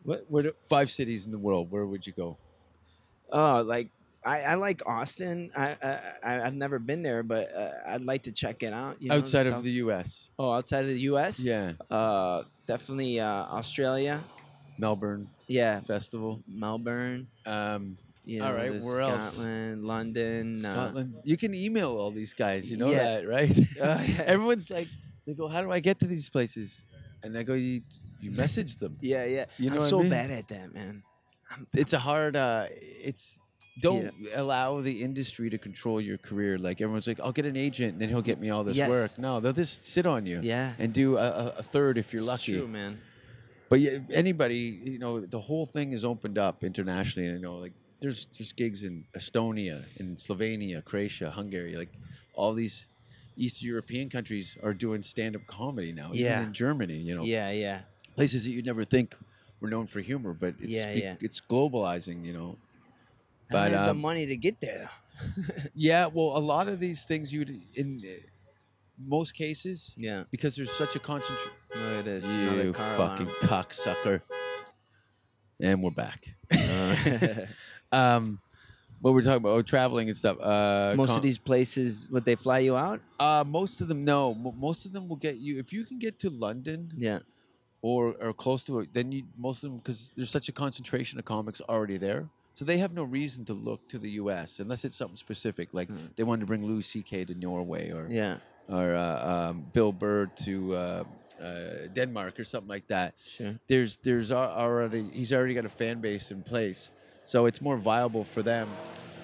What? Where do,
five cities in the world, where would you go?
Oh, like I, I like Austin. I, I I- I've never been there, but uh, I'd like to check it out. You know,
Outside of
South-
the U.S.
oh, outside of the U.S.
Yeah,
Uh, definitely uh, Australia.
Melbourne
Yeah,
Festival.
Melbourne.
Um,
You know,
All right,
the
where else?
Scotland, London. uh,
Scotland. You can email all these guys. You know
Yeah.
that, right?
Oh, yeah.
Everyone's like, they go, "How do I get to these places?" And I go, "You, you message them."
yeah, yeah.
You know
I'm
what I
so
mean?
bad at that, man.
It's a hard. Uh, it's don't allow the industry to control your career. Like everyone's like, "I'll get an agent, and then he'll get me all this
Yes.
work." No, they'll just sit on you.
Yeah,
And do a, a, a third if you're
it's
lucky.
True, man.
But yeah, anybody, you know, the whole thing is opened up internationally. You know, like there's there's gigs in Estonia, in Slovenia, Croatia, Hungary, like all these East European countries are doing stand up comedy now. even
Yeah.
in Germany, you know,
Yeah, yeah,
places that you'd never think were known for humor, but it's
Yeah,
be-
yeah.
it's globalizing, you know.
I
But
don't have
um,
the money to get there. though.
yeah, well, a lot of these things you would in uh, most cases
Yeah,
because there's such a concentration.
look at this. another
You
car
fucking
alarm.
cocksucker. And we're back. um, what we're talking about? Oh, traveling and stuff. Uh,
Most
con-
of these places, would they fly you out?
uh, most of them. No, Mo- most of them will get you if you can get to London
Yeah.
or or close to it. Then you most of them because there's such a concentration of comics already there, so they have no reason to look to the U.S. unless it's something specific, like
Mm.
they wanted to bring Louis C.K. to Norway or
Yeah.
or uh, um, Bill Burr to uh, uh, Denmark or something like that.
Sure.
there's there's al- already he's already got a fan base in place, so it's more viable for them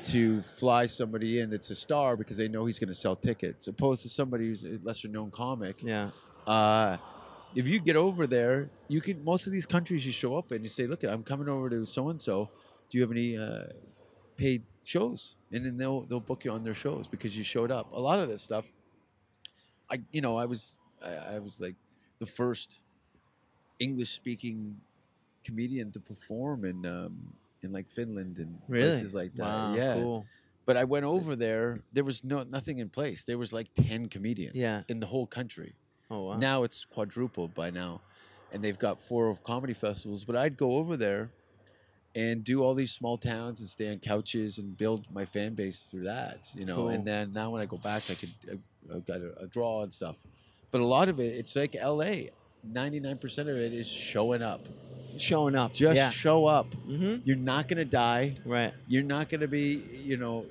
to fly somebody in that's a star because they know he's going to sell tickets, opposed to somebody who's a lesser known comic.
Yeah.
Uh, if you get over there, you can most of these countries you show up in, you say, "Look, I'm coming over to so and so. Do you have any uh, paid shows?" And then they'll they'll book you on their shows because you showed up. A lot of this stuff, I you know I was I, I was like the first English speaking comedian to perform in um, in like Finland and places like that.
Wow,
yeah,
Cool.
but I went over there. There was no nothing in place. There was like ten comedians
Yeah.
in the whole country.
Oh wow.
Now it's quadrupled by now, and they've got four comedy festivals. But I'd go over there and do all these small towns and stay on couches and build my fan base through that, you know.
Cool.
And then now when I go back, I could I, I've got a, a draw and stuff. But a lot of it, it's like L.A. Ninety nine percent of it is showing up.
showing up.
Just
yeah.
show up.
Mm-hmm.
You're not gonna die.
Right.
You're not gonna be. You know,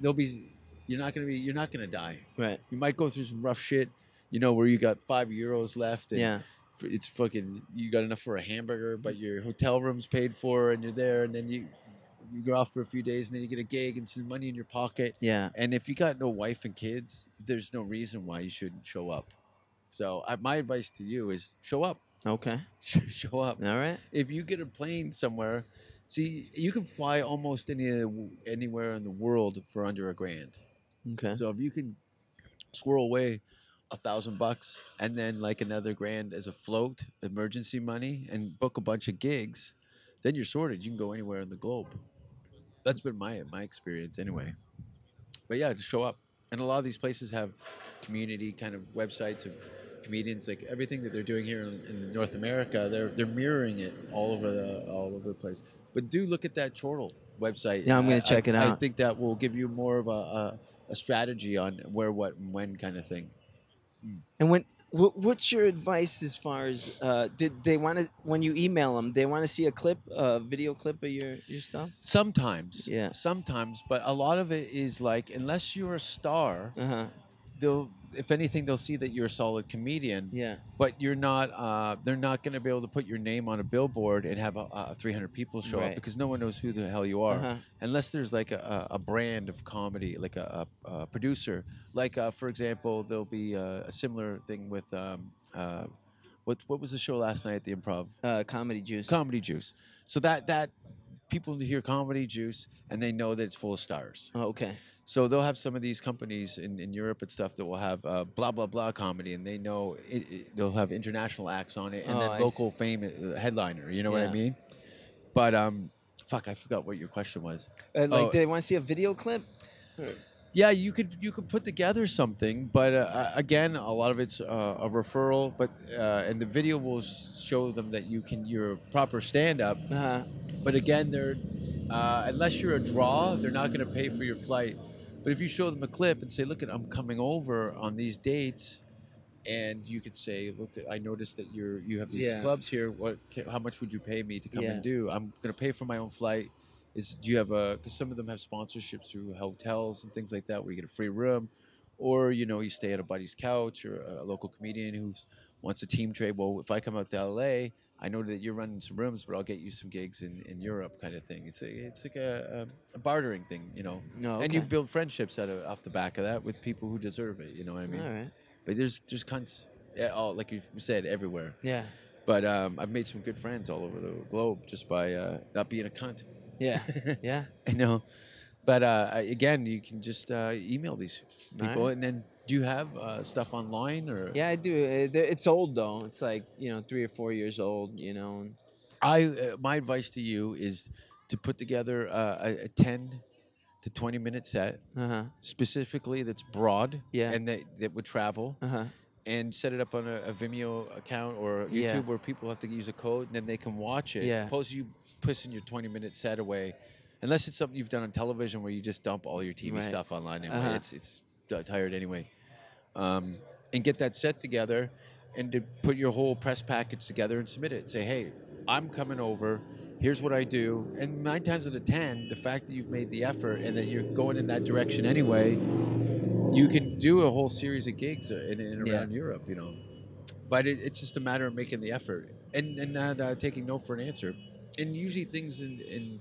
there'll be. You're not gonna be. You're not gonna die.
Right.
You might go through some rough shit. You know where you got five euros left. And
Yeah.
f- it's fucking you got enough for a hamburger, but your hotel room's paid for, and you're there, and then you you go off for a few days, and then you get a gig and some money in your pocket.
Yeah.
And if you got no wife and kids, there's no reason why you shouldn't show up. So I, my advice to you is show up,
Okay.
show up.
All right.
If you get a plane somewhere, see you can fly almost any of the w- anywhere in the world for under a grand.
Okay.
So if you can squirrel away a thousand bucks and then like another grand as a float, emergency money, and book a bunch of gigs, then you're sorted. You can go anywhere in the globe. That's been my my experience anyway. But yeah, just show up. And a lot of these places have community kind of websites of comedians, like everything that they're doing here in, in North America, they're they're mirroring it all over the all over the place. But do look at that chortle website.
Yeah, I'm gonna
I- I-
check it
I
out.
think that will give you more of a, a a strategy on where, what, and when kind of thing.
And when what, what's your advice as far as uh, did they want to when you email them? They want to see a clip, a video clip of your your stuff.
Sometimes,
Yeah.
sometimes, but a lot of it is like unless you're a star,
Uh huh.
they'll if anything they'll see that you're a solid comedian.
Yeah.
but you're not uh, they're not going to be able to put your name on a billboard and have a, a 300 people show
Right.
up because no one knows who the hell you are
Uh-huh.
unless there's like a, a a brand of comedy like a, a, a producer like uh, for example there'll be a, a similar thing with um, uh, what, what was the show last night at the improv
Uh, comedy juice.
comedy juice so that that people hear comedy juice and they know that it's full of stars
Oh, okay.
so they'll have some of these companies in, in Europe and stuff that will have uh, blah blah blah comedy, and they know it, it- they'll have international acts on it, and
Oh, I
then
see.
local fame uh, headliner. You know what
Yeah.
I mean? But um, fuck, I forgot what your question was.
Uh, like
Oh.
they want to see a video clip.
Yeah, you could you could put together something, but uh, uh, again, a lot of it's uh, a referral. But uh, and the video will s- show them that you can you're a proper stand up.
Uh huh.
But again, they're uh, unless you're a draw, they're not going to pay for your flight. But if you show them a clip and say, "Look, at I'm coming over on these dates," and you could say, "Look, I noticed that you're you have these
Yeah.
clubs here. What? ca- How much would you pay me to come
Yeah.
and do? I'm going to pay for my own flight. Is do you have a? Because some of them have sponsorships through hotels and things like that, where you get a free room, or you know, you stay at a buddy's couch or a a local comedian who's wants a team trade. Well, if I come out to LA, I know that you're running some rooms, but I'll get you some gigs in, in Europe, kind of thing. It's a, it's like a, a, a bartering thing, you know.
No.
And you
okay.
build friendships out of, off the back of that with people who deserve it. You know what I mean?
All right.
But there's there's cunts, yeah, all like you said, everywhere.
Yeah.
But um, I've made some good friends all over the globe just by uh, not being a cunt.
Yeah. Yeah.
I know. But uh, I- again, you can just uh, email these people,
Alright.
and then do you have uh, stuff online or?
Yeah, I do. It- It's old though. It's like you know, three or four years old. You know. and-
I uh, my advice to you is to put together uh, a, a ten to twenty minute set
Uh huh.
specifically that's broad
Yeah.
and that, that would travel
Uh huh.
and set it up on a, a Vimeo account or YouTube
Yeah.
where people have to use a code and then they can watch it.
Yeah.
Suppose you pissing your twenty minute set away, unless it's something you've done on television where you just dump all your TV
Right.
stuff online anyway.
Uh-huh.
It's it's t- tired anyway. Um, and get that set together and to put your whole press package together and submit it. Say, hey, I'm coming over. Here's what I do. And nine times out of ten, the fact that you've made the effort and that you're going in that direction anyway, you can do a whole series of gigs uh, in and
Yeah.
around Europe, you know. But it, it's just a matter of making the effort and, and not uh, taking no for an answer. And usually things in, in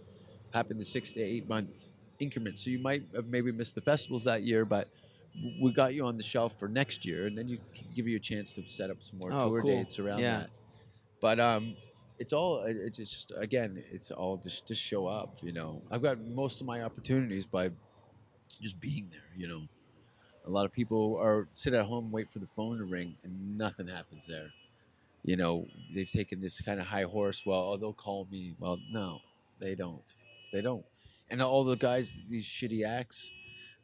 happen to six to eight month increments. So you might have maybe missed the festivals that year, but we got you on the shelf for next year, and then you c- give you a chance to set up some more
Oh,
tour
cool.
dates around
Yeah.
that. But um, it's all it- it's just again, it's all just just show up. You know, I've got most of my opportunities by just being there. You know, a lot of people are sit at home, wait for the phone to ring, and nothing happens there. You know, they've taken this kind of high horse. Well, oh, they'll call me. Well, no, they don't. They don't. And all the guys, these shitty acts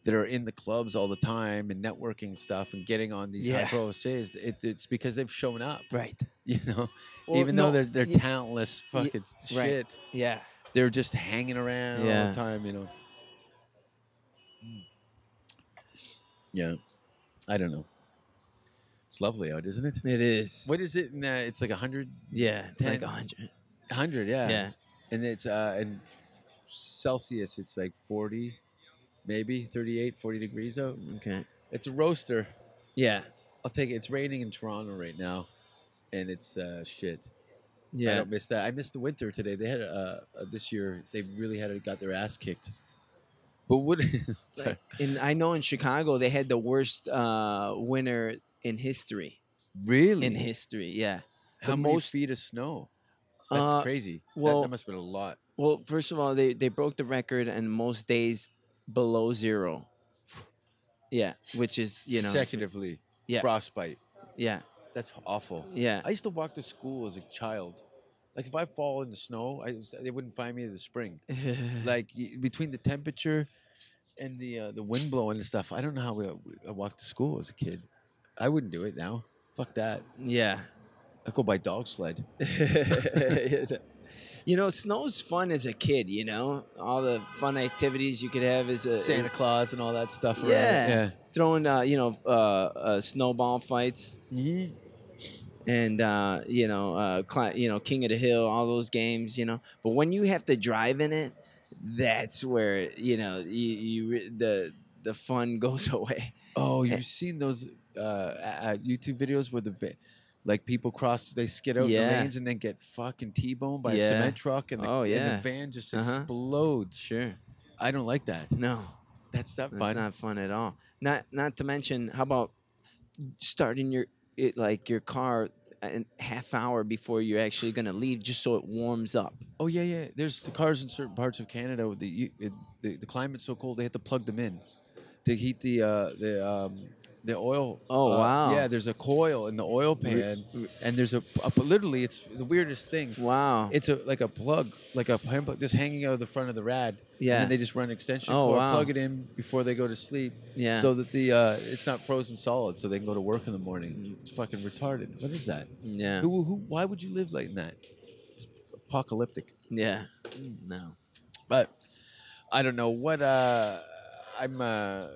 that are in the clubs all the time and networking stuff and getting on these
Yeah.
high pro stages, it, it's because they've shown up,
Right.
you know,
Well,
even
no,
though they're, they're
y-
talentless
y-
fucking shit.
right. Yeah.
They're just hanging around all
Yeah.
the time, you know. Mm. Hmm. Yeah. I don't know. It's lovely out, isn't it?
It is.
What is it? In, uh, it's like 100,
Yeah. It's like
Ten-
a hundred.
100, yeah.
Yeah.
and it's uh in celsius it's like 40 maybe 38 40 degrees out
Okay.
it's a roaster
Yeah.
i'll take it it's raining in toronto right now and it's uh shit i
Yeah.
don't miss that i missed the winter today they had uh uh, this year they really had got their ass kicked but what sorry.
And I know in Chicago they had the worst uh, winter in history.
really
In history, yeah.
Hmm. how
the
many
most-
feet of snow that's
Uh,
crazy That- that,
well-
must have been a lot
Well, first of all, they, they broke the record and most days below zero. Yeah, which is you know
consecutively
Yeah.
frostbite
yeah
that's awful
yeah
I used to walk to school as a child. Like if I fall in the snow, I was- they wouldn't find me in the spring. Like y- between the temperature and the uh, the wind blowing and stuff, I don't know how we, I walked to school as a kid. I wouldn't do it now. Fuck that.
Yeah.
I go by dog sled.
you know, snow's fun as a kid. You know, all the fun activities you could have as a
Santa Claus and all that stuff. around it.
Uh, Yeah. throwing, uh, you know, uh, uh, snowball fights
Yeah.
and uh, you know, uh, cli- you know, King of the Hill, all those games. You know, but when you have to drive in it, that's where you know you, you re- the the fun goes away.
Oh,
Eh.
you've seen those uh, uh, YouTube videos where the va- like people cross, they skid out the
Yeah.
lanes and then get fucking T-boned by a
Yeah.
cement truck, and the,
Oh,
and
yeah.
the van just
Uh-huh.
explodes.
Sure.
I don't like that.
No.
That's not
That's
fun.
not fun at all. Not not to mention, how about starting your it, like your car a half hour before you're actually gonna leave, just so it warms up.
oh yeah, yeah. There's the cars in certain parts of Canada. where The you- it, the, the climate's so cold they have to plug them in to heat the uh, the um, the oil.
Oh,
uh,
wow.
Yeah, there's a coil in the oil pan, and there's a, a literally it's the weirdest thing.
Wow.
It's a like a plug, like a hand plug, just hanging out of the front of the rad. And
yeah.
then they just run an extension
Oh,
cord,
wow.
plug it in before they go to sleep,
yeah.
so that the uh, it's not frozen solid, so they can go to work in the morning. It's fucking retarded. What is that?
yeah.
Who, who? Why would you live like that? It's apocalyptic.
Yeah. No.
But I don't know what. Uh, I'm. Uh,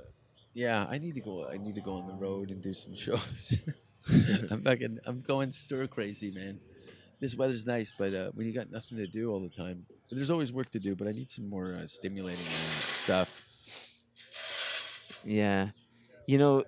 yeah, I need to go. I need to go on the road and do some shows. I'm fucking. I'm going stir crazy, man. This weather's nice, but uh, when you got nothing to do all the time, there's always work to do. But I need some more uh, stimulating uh, stuff.
Yeah. You know,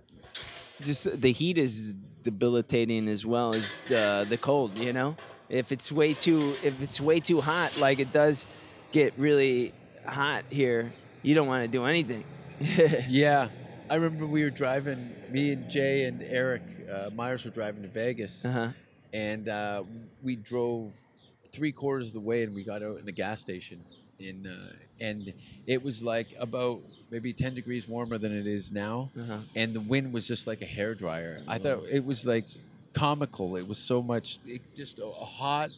just the heat is debilitating as well as uh, the the cold. You know, if it's way too if it's way too hot, like it does get really hot here, you don't want to do anything.
Yeah. I remember we were driving, me and Jay and Eric uh, Myers were driving to Vegas,
uh-huh.
and uh, we drove three quarters of the way and we got out in the gas station. In, uh, and it was like about maybe 10 degrees warmer than it is now,
Uh-huh.
and the wind was just like a hair dryer.
Mm.
I thought it was like comical. It was so much, it just a a hot,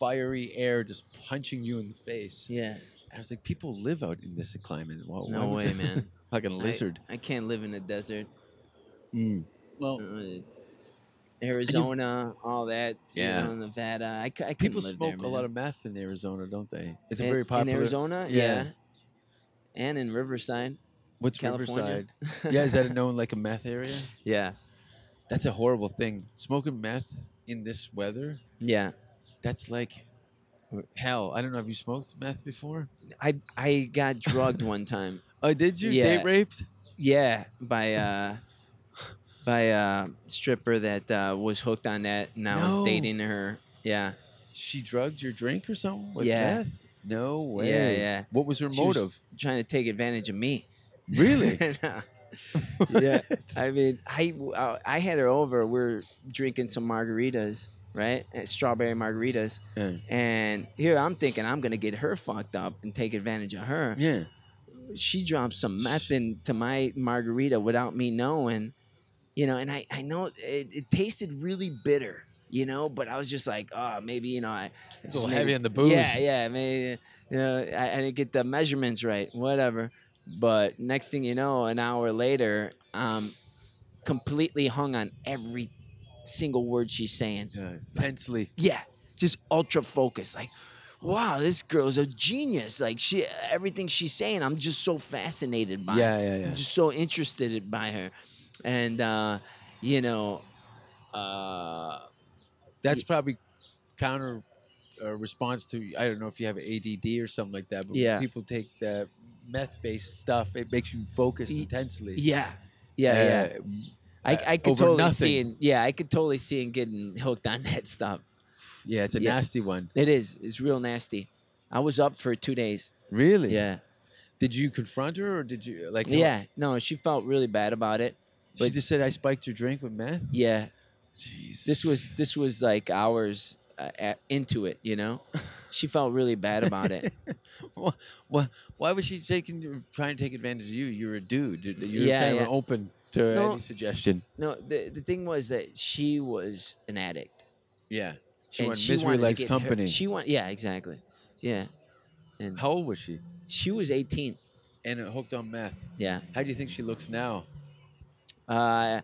fiery air just punching you in the face.
Yeah.
I was like, people live out in this climate. Why, why
No
would
way,
you-
man.
Fucking lizard.
I can't live in the desert.
Mm. Well,
Uh, Arizona, all that.
Yeah.
You know, Nevada. I, cou- I couldn't
people
live
smoke
there,
a lot
man.
of meth in Arizona, don't they? It's a
In-
very popular.
In Arizona?
Yeah.
yeah. And in Riverside.
What's
California.
Riverside? yeah, is that a known like a meth area?
Yeah.
That's a horrible thing. Smoking meth in this weather,
Yeah.
that's like hell. I don't know. Have you smoked meth before?
I I got drugged one time.
Oh, did you?
Yeah.
Date raped?
Yeah, by uh by a stripper that uh, was hooked on that and I
No.
was dating her. Yeah.
She drugged your drink or something with
Yeah.
meth? No way.
yeah.
What was her
She was-
motive?
Trying to take advantage of me.
really?
No. yeah. I mean, I, I I had her over. We are drinking some margaritas, right? Uh, Strawberry margaritas.
Yeah.
And here I'm thinking I'm going to get her fucked up and take advantage of her.
yeah.
she dropped some meth into my margarita without me knowing, you know, and I, I know it, it tasted really bitter, you know, but I was just like, oh, maybe, you know, I.
It's a little
maybe-
heavy on the booze.
Yeah, yeah, maybe, you know, I, I didn't get the measurements right, whatever. But next thing you know, an hour later, um, completely hung on every single word she's saying.
Yeah. Pensely.
Yeah, just ultra focused. Like, wow, this girl's a genius. Like she, everything she's saying, I'm just so fascinated by.
Yeah, yeah, yeah.
I'm just so interested by her, and uh, you know, uh,
that's probably counter uh, response to I don't know if you have ADD or something like that, but
Yeah.
when people take the meth based stuff, it makes you focus
Y-
intensely. Uh,
yeah, yeah, yeah.
yeah.
I, I could
over
totally
nothing.
see, and yeah, I could totally see and getting hooked on that stuff.
Yeah, it's a
Yeah.
nasty one.
It is, it's real nasty. I was up for two days.
Really?
Yeah,
Did you confront her or did you like how-
yeah. No, she felt really bad about it.
She
but-
just said I spiked your drink with meth?
Yeah,
Jesus.
this was this was like hours uh, a into it you know she felt really bad about it
why, why was she taking your- trying to take advantage of you? You're a dude. You- You're
Yeah,
kind
yeah.
of open to
No.
any suggestion.
no the, the thing was that she was an addict
Yeah. She
and
wanted misery
wanted to
likes
get her-
company.
she went yeah exactly yeah and
How old was she?
she was 18
And hooked on meth.
yeah
How do you think she looks now?
uh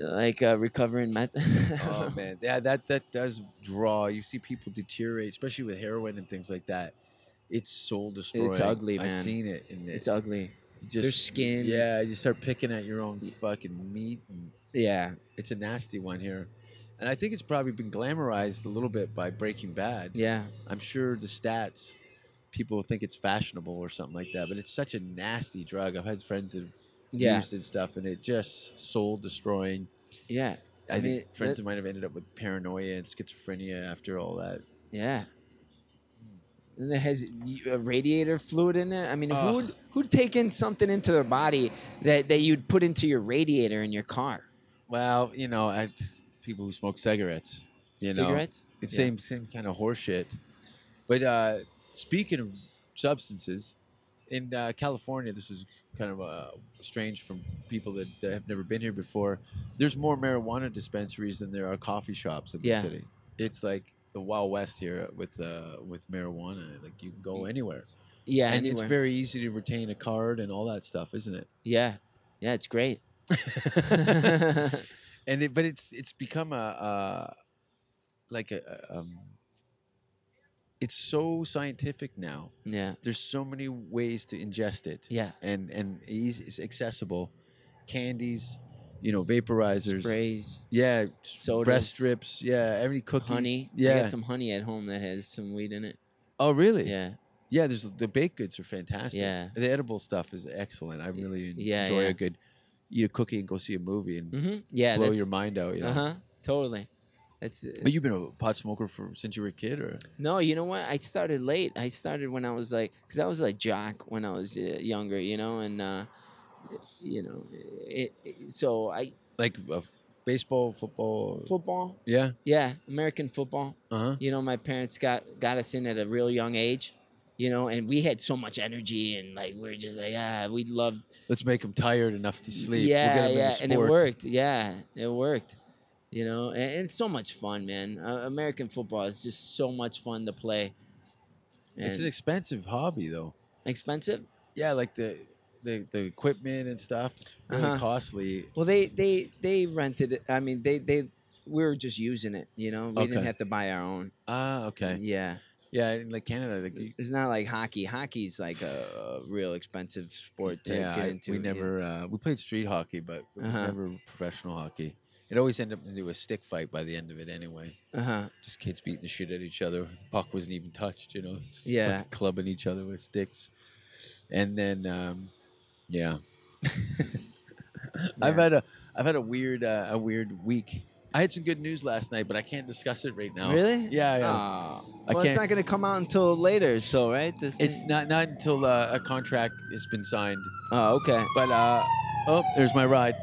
like uh, recovering meth.
oh man, yeah, that that does draw. You see people deteriorate, especially with heroin and things like that. It's soul destroying.
ugly,
I've
man.
seen it. And
it's ugly.
it's
Their skin.
Yeah, you start picking at your own fucking meat. And
Yeah.
it's a nasty one here, and I think it's probably been glamorized a little bit by Breaking Bad.
Yeah.
I'm sure the stats, people think it's fashionable or something like that, but it's such a nasty drug. I've had friends that have
Yeah.
used and stuff, and it just soul destroying.
Yeah.
I,
I
think
mean,
friends
that-
of mine have ended up with paranoia and schizophrenia after all that.
Yeah. And it has y- a radiator fluid in it. I mean,
Ugh.
who'd, who'd take in something into their body that, that you'd put into your radiator in your car?
Well, you know, I, people who smoke cigarettes, you know,
Cigarettes?
it's
Yeah.
same same kind of horseshit. But uh, speaking of substances, in uh, California, this is kind of uh, strange from people that, that have never been here before. There's more marijuana dispensaries than there are coffee shops in the
Yeah.
city. It's like the Wild West here with uh, with marijuana. Like you can go anywhere,
Yeah.
and it's
anywhere.
very easy to retain a card and all that stuff, isn't it?
yeah. Yeah. It's great.
and it, but it's it's become a uh, like a a, um, it's so scientific now.
yeah.
There's so many ways to ingest it,
Yeah.
and and easy, it's accessible. Candies, you know, vaporizers,
Sprays,
yeah, s-
Sodas.
breast strips, yeah, every cookies,
honey. I
yeah.
got some honey at home that has some weed in it.
oh, really?
Yeah.
Yeah, there's the baked goods are fantastic.
Yeah.
the edible stuff is excellent. I really en-
yeah,
enjoy
yeah.
a good eat a cookie and go see a movie and
Mm-hmm. Yeah.
blow your mind out. You know?
Uh huh. Totally. That's
But you've been a pot smoker for since you were a kid, or
No, you know what? I started late. I started when I was like, because I was like jock when I was uh, younger, you know, and uh, you know, it, it- so I
like uh, f- baseball, football.
football,
yeah.
yeah, American football.
Uh huh.
You know, my parents got got us in at a real young age, you know, and we had so much energy and like we are just like ah, we loved
Let's make them tired enough to sleep.
Yeah,
we'll get 'em
yeah,
into
and it
sports.
worked. Yeah, it worked. You know, and, and it's so much fun, man. Uh, American football is just so much fun to play.
It's an
And
expensive hobby, though.
expensive.
Yeah, like the the, the equipment and stuff. It's really
Uh-huh.
costly.
Well, they they they rented it. I mean, they they we were just using it. You know, we didn't
Okay.
have to buy our own.
Ah, okay.
Yeah,
Yeah, in like Canada, like you,
it's not like hockey. Hockey's like a, a real expensive sport to
yeah,
get
I-
into.
we
yeah.
never uh, we played street hockey, but it was
Uh-huh.
never professional hockey. It always ended up into a stick fight by the end of it, anyway.
Uh-huh.
Just kids beating the shit at each other. The puck wasn't even touched, you know. Just
Yeah.
fucking clubbing each other with sticks, and then um, yeah. I've
Yeah.
had a I've had a weird uh, a weird week. I had some good news last night, but I can't discuss it right now.
Really?
Yeah, yeah.
Oh.
I
Well,
can't-
it's not going to come out until later. So right, this.
It's
thing-
not not until uh, a contract has been signed.
Oh, okay.
But uh, oh, there's my ride.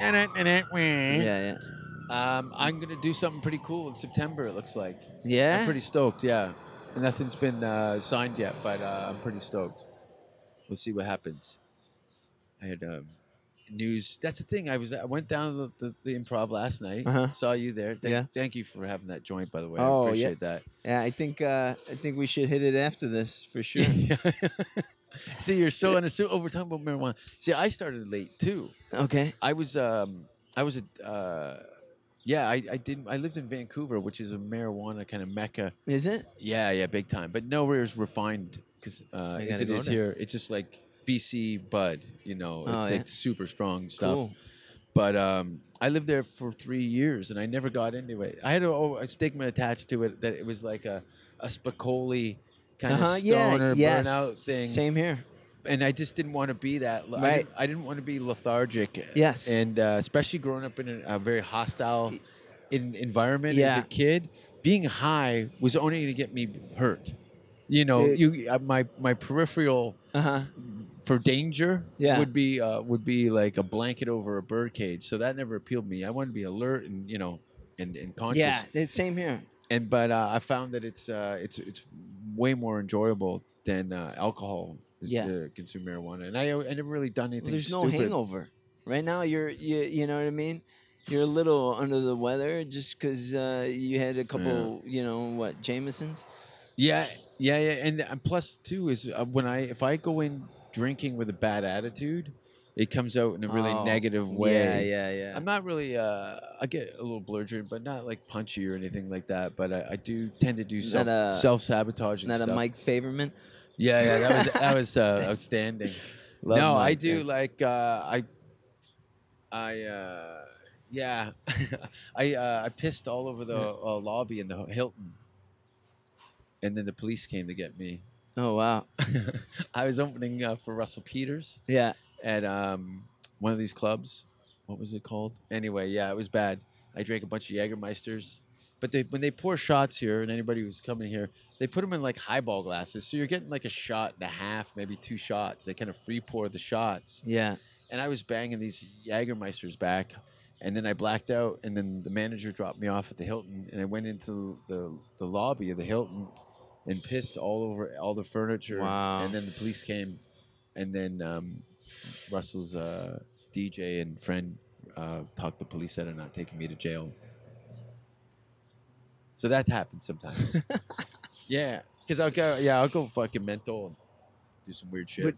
Yeah.
Yeah,
Um, I'm gonna do something pretty cool in September. It looks like.
yeah.
I'm
Yeah.
pretty stoked. Yeah. Nothing's been uh, signed yet, but uh, I'm pretty stoked. We'll see what happens. I had um, news. That's the thing. I was I went down to the, the, the improv last night.
Uh-huh.
Saw you there. Thank,
Yeah.
Thank you for having that joint, by the way.
Oh,
I
yeah.
appreciate that.
yeah, I think uh, I think we should hit it after this for sure.
See, you're so unassuming. Oh, we're talking about marijuana. See, I started late too.
okay.
I was, um, I was a, uh, yeah, I, I didn't. I lived in Vancouver, which is a marijuana kind of mecca.
Is it?
Yeah, yeah, big time. But nowhere is refined because uh,
I
as
gotta
it
go
is
there.
here, it's just like BC bud. You know, it's
Oh, yeah.
like super strong stuff.
Cool.
But um, I lived there for three years, and I never got into it. I had a, oh, a stigma attached to it that it was like a a Spicoli kind
Uh-huh,
of
yeah,
stoner
yes.
burnout thing
Same here.
and I just didn't want to be that. L- I
Right.
didn't, I didn't want to be lethargic.
Yes.
And uh, especially growing up in a, a very hostile in, environment
Yeah.
as a kid, being high was only going to get me hurt. You know,
It-
you uh, my my peripheral
Uh huh.
for danger
Yeah.
would be uh, would be like a blanket over a bird cage. So that never appealed to me. I wanted to be alert and you know and, and conscious.
Yeah, it's same here.
And but uh, I found that it's uh, it's it's way more enjoyable than uh, alcohol. Is
Yeah.
to consume marijuana, and I I never really done anything.
There's no
stupid.
hangover. Right now, you're you you know what I mean. You're a little under the weather just because uh, you had a couple, you know what, Jamesons.
Yeah, yeah, yeah. And uh, plus, too, is uh, when I if I go in drinking with a bad attitude, It comes out in a really
Oh,
negative way.
Yeah, yeah, yeah.
I'm not really. Uh, I get a little bludgeoned, but not like punchy or anything like that. But I, I do tend to do
Is
self
that a-
self sabotage.
Not
stuff.
a Mike Favorman.
Yeah, yeah, that was that was uh, outstanding.
Love
no, I
Mike,
do
thanks.
like uh, I, I, uh, yeah, I uh, I pissed all over the uh, lobby in the Hilton, and then the police came to get me.
Oh wow.
I was opening uh, for Russell Peters
Yeah.
at um, one of these clubs. What was it called? Anyway, yeah, it was bad. I drank a bunch of Jägermeisters. But they, when they pour shots here, and anybody who's coming here, they put them in like highball glasses. So you're getting like a shot and a half, maybe two shots. They kind of free pour the shots.
Yeah.
And I was banging these Jägermeisters back. And then I blacked out. And then the manager dropped me off at the Hilton. And I went into the, the lobby of the Hilton and pissed all over all the furniture.
Wow.
And then the police came. And then um, Russell's uh, DJ and friend uh, talked the police out of not taking me to jail. So that happens sometimes. yeah, because I'll go. Yeah, I'll go fucking mental and do some weird shit.
But-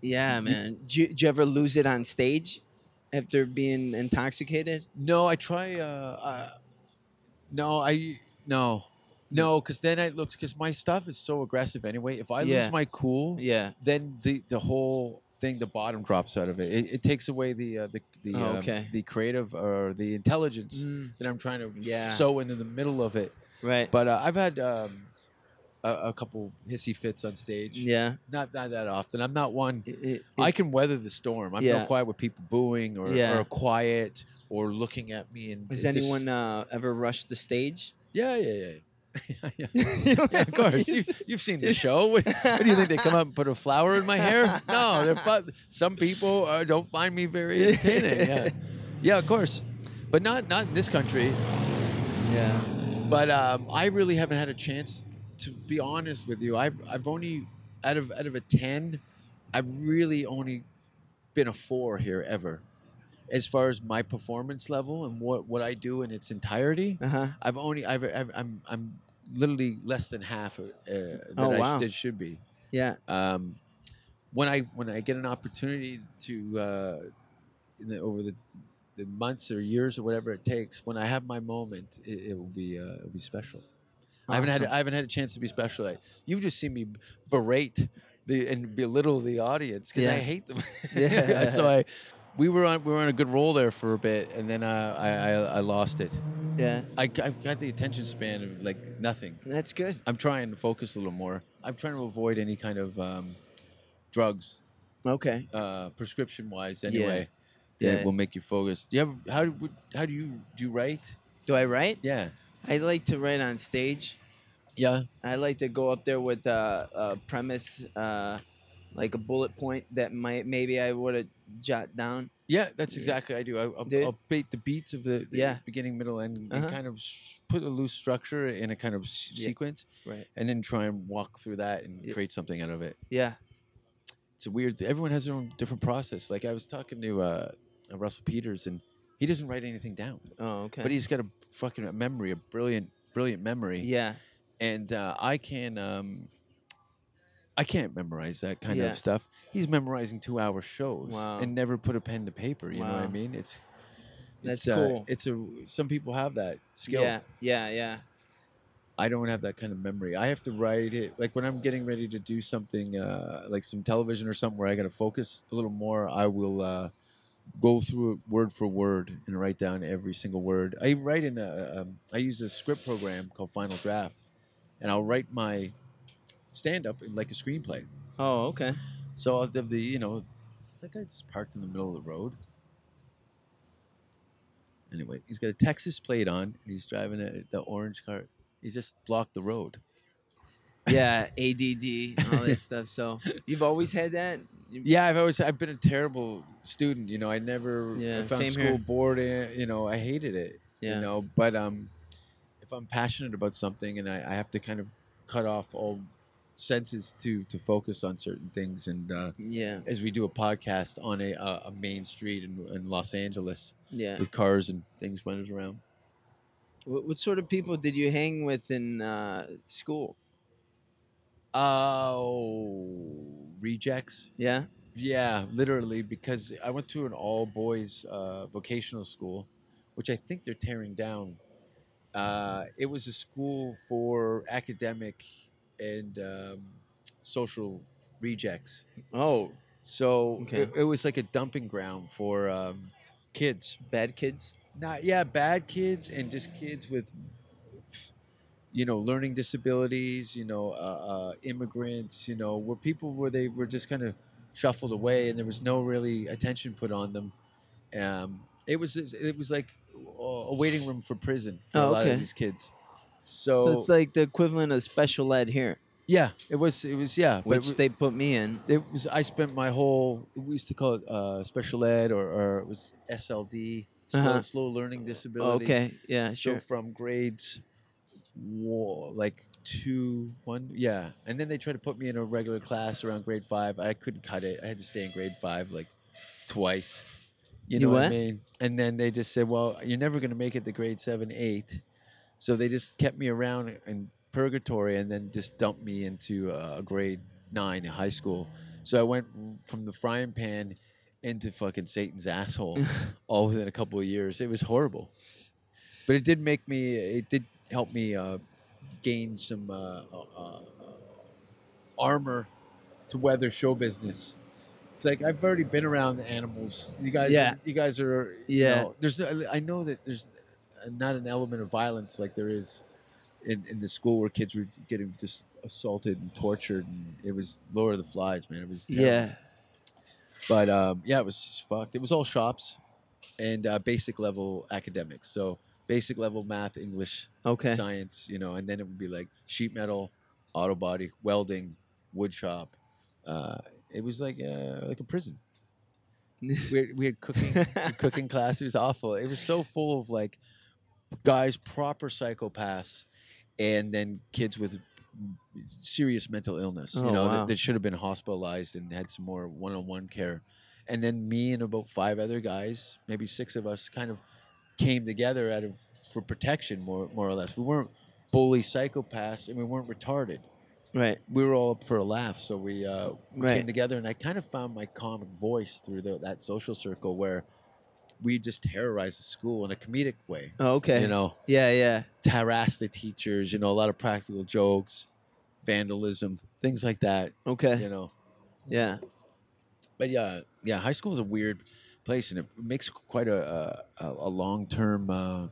Yeah, man. Did you, did you ever lose it on stage after being intoxicated?
no, I try. Uh, uh, no, I no, no, because then I looks because my stuff is so aggressive anyway. If I
Yeah.
lose my cool,
Yeah.
then the the whole thing the bottom drops out of it it, it takes away the uh, the the,
Oh,
um,
okay. Mm.
the creative or the intelligence that i'm trying to
Yeah.
sew into the middle of it
Right.
Mm. but uh, i've had um, a, a couple hissy fits on stage
yeah.
not, not that often i'm not one
It- it-
i
it-
can weather the storm i'm
Yeah.
not quiet with people booing or,
Yeah.
or quiet or looking at me and
has
it just-
anyone uh, ever rushed the stage?
yeah yeah yeah yeah, yeah, of course. You, you've seen the show. What, what do you think? They come up and put a flower in my hair? No, they're fu- some people uh, don't find me very entertaining. Yeah, yeah, of course, but not not in this country.
Yeah.
But um, I really haven't had a chance to be honest with you. I've I've only out of out of a ten, I've really only been a four here ever, as far as my performance level and what what I do in its entirety.
Uh huh.
I've only I've, I've I'm I'm literally less than half uh, that
Oh,
I sh-
wow.
that should be.
Yeah.
Um, when I when I get an opportunity to uh, in the, over the the months or years or whatever it takes, when I have my moment, it, it will be uh, it'll be special. I haven't had
Awesome.
I haven't had a chance to be special. I, you've just seen me berate the and belittle the audience because
Yeah.
I hate them.
Yeah.
so I we were on we were on a good roll there for a bit, and then uh, I, I I lost it.
Yeah.
I, have got the attention span of like nothing.
That's good.
I'm trying to focus a little more. I'm trying to avoid any kind of um, drugs,
Okay.
uh, prescription wise,
Yeah.
anyway. That
Yeah.
will make you focus. Do you have how do would- how do you do you write?
Do I write?
Yeah,
I like to write on stage.
yeah,
I like to go up there with uh, a premise, uh, like a bullet point that might maybe I would have jot down.
yeah. That's
Yeah.
exactly I do. I, I'll,
Do you?
I'll beat the beats of the, the
Yeah.
beginning, middle, end, and
Uh-huh.
kind of s- put a loose structure in a kind of s
Yeah.
sequence,
Right.
and then try and walk through that and
Yeah.
create something out of it.
Yeah.
it's a weird. Everyone has their own different process. Like I was talking to uh, uh, Russell Peters, and he doesn't write anything down,
Oh, okay.
but he's got a fucking memory, a brilliant, brilliant memory.
yeah.
And uh, I can, um, I can't memorize that kind
Yeah.
of stuff. He's memorizing two-hour shows
Wow.
and never put a pen to paper. You know what I
Wow.
mean? It's
That's
it's, uh,
cool.
it's a some people have that skill.
Yeah. Yeah. Yeah.
I don't have that kind of memory. I have to write it like when I'm getting ready to do something uh, like some television or something where I got to focus a little more. I will uh, go through it word for word and write down every single word. I write in a um, I use a script program called Final Draft, and I'll write my stand up in like a screenplay.
Oh, okay.
So I'll have the you know, it's like I just parked in the middle of the road. Anyway, he's got a Texas plate on, and he's driving a, the orange car. He's just blocked the road.
Yeah. ADD, all that stuff. So you've always had that. You-
Yeah, I've always I've been a terrible student. You know, I never
Yeah,
I found
same
school
here.
boarding. You know, I hated it.
Yeah.
You know, but um, if I'm passionate about something and I, I have to kind of cut off all senses to to focus on certain things, and uh,
Yeah.
as we do a podcast on a uh, a main street in, in Los Angeles
Yeah.
with cars and things running around.
What, what sort of people did you hang with in uh, school?
Oh, rejects.
Yeah.
Yeah, literally, because I went to an all boys uh, vocational school, which I think they're tearing down. Uh, it was a school for academic and um, social rejects.
Oh,
So
Okay.
it, it was like a dumping ground for um, kids.
bad kids.
Not yeah, bad kids and just kids with, you know, learning disabilities. You know, uh, uh, immigrants. You know, were people where they were just kind of shuffled away, and there was no really attention put on them. Um, it was it was like a a waiting room for prison for
Oh,
a lot
okay.
of these kids. So,
So it's like the equivalent of special ed here,
yeah, it was it was yeah, but it
which
wa-
they put me in.
it was I spent my whole we used to call it uh, special ed or, or it was SLD slow,
Uh-huh.
slow learning disability.
Okay, yeah,
so
sure.
from grades wa- like two one yeah, and then they tried to put me in a regular class around grade five. I couldn't cut it. I had to stay in grade five like twice. You
You
know what? I
what?
mean? And then they just said, "Well, you're never going to make it to grade seven, eight. So they just kept me around in purgatory, and then just dumped me into uh, grade nine in high school. So I went from the frying pan into fucking Satan's asshole all within a couple of years. It was horrible, but it did make me. It did help me uh, gain some uh, uh, uh, armor to weather show business. It's like I've already been around the animals. You guys,
Yeah.
are, you guys are. You
Yeah.
know, there's. no- I know that there's not an element of violence like there is in, in the school where kids were getting just assaulted and tortured, and it was Lord of the Flies, man. It was terrible.
Yeah.
But um, yeah, it was just fucked. It was all shops and uh, basic level academics. So basic level math, English,
Okay.
science, you know, and then it would be like sheet metal, auto body, welding, wood shop. Uh, it was like uh, like a prison. we, had, we had cooking cooking class. It was awful. It was so full of like guys, proper psychopaths, and then kids with serious mental illness.
Oh,
you know,
wow.
that, that should have been hospitalized and had some more one-on-one care. And then me and about five other guys, maybe six of us, kind of came together out of for protection, more more or less. We weren't bully psychopaths, and we weren't retarded.
right.
We were all up for a laugh, so we uh, we
Right.
came together, and I kind of found my comic voice through the, that social circle where we just terrorized the school in a comedic way.
Oh, okay.
You know,
Yeah, yeah.
harass the teachers. You know, a lot of practical jokes, vandalism, things like that.
Okay.
You know,
Yeah.
but yeah, yeah, high school is a weird place, and it makes quite a a, a long term uh,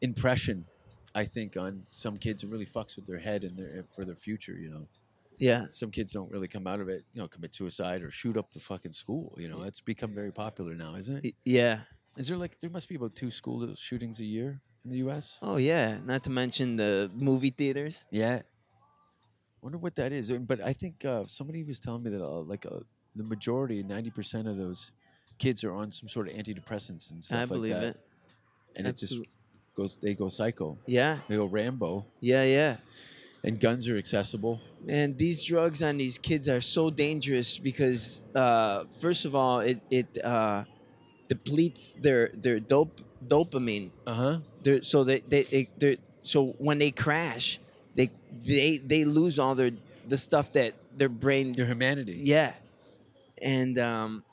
impression, I think, on some kids. It really fucks with their head and their for their future. You know,
Yeah.
some kids don't really come out of it. You know, commit suicide or shoot up the fucking school. You know, that's become very popular now, isn't it?
Y- Yeah.
Is there like there must be about two school shootings a year in the U.S.
Oh, yeah. Not to mention the movie theaters.
Yeah. Wonder what that is. Uh, But I think uh, somebody was telling me that uh, like uh, the majority, ninety percent of those kids are on some sort of antidepressants and stuff
I
like
believe
that.
it.
And it
Absolute-
just goes. They go psycho.
Yeah.
They go Rambo.
Yeah, yeah.
And guns are accessible.
Man, these drugs on these kids are so dangerous because, uh, first of all, it it uh, depletes their their dope dopamine.
Uh huh.
They're, so they they, they they're, so when they crash, they they they lose all their the stuff that their brain.
Your humanity.
Yeah, and um,